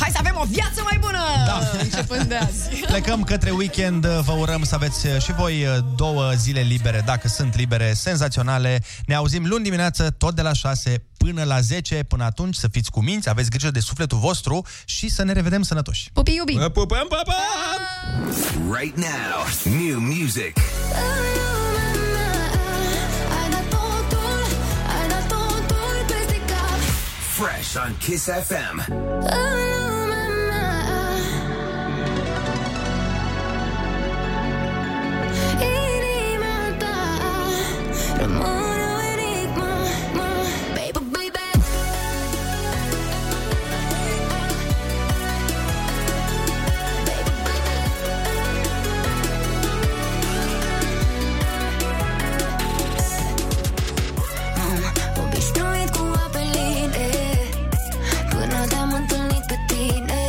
I: Hai să avem o viață mai bună! Da. Începând de azi.
G: Plecăm către weekend, vă urăm să aveți și voi uh, două zile libere, dacă sunt libere, senzaționale. Ne auzim luni dimineață, tot de la 6 până la 10. Până atunci, să fiți cu minți, aveți grijă de sufletul vostru și să ne revedem sănătoși.
I: Pupi iubi!
G: Vă pupăm, pa, pa!
F: Right now, new music.
N: Ai dat totul, ai dat totul peste cap
F: Fresh on Kiss FM.
N: În lumea mea Inima ta Rămâne o enigmă mă. Baby, baby Obișnuit cu apeline Până te-am întâlnit pe tine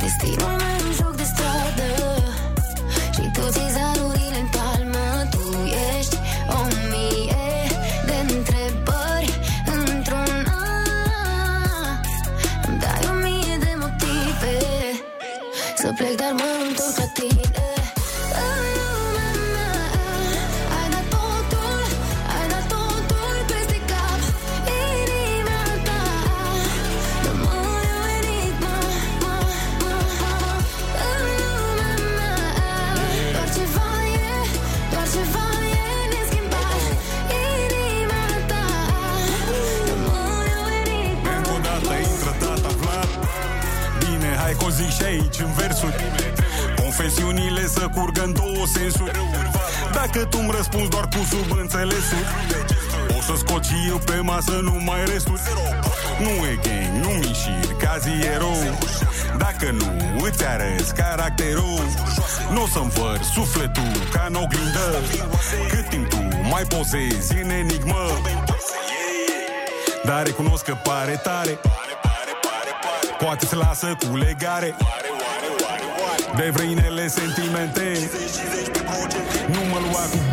N: Destinul meu e un joc de stradă Și toți zarurile în palmă Tu ești o mie de întrebări Într-una Îmi dai o mie de motive Să plec, dar mă întorc la tine În lumea mea Ai dat totul, ai dat totul peste cap Inima ta Rămâne o enigmă mă, mă, mă. În lumea mea Doar ceva e, doar ceva e neschimbat Inima ta Rămâne o enigmă
E: Încă o dată intră tata Vlad Bine, hai că o zic și aici în versuri Confesiunile să curgă în două sensuri Dacă tu-mi răspunzi doar cu subînțelesuri O să scot și eu pe masă numai resturi Nu e gang, nu mișiri, cazi erou Dacă nu îți arăți caracterul Nu o să-mi văr sufletul ca în oglindă Cât timp tu mai posezi în enigmă Dar recunosc că pare tare Poate se lasă cu legare De vreinele sentimente Nu mă lua cu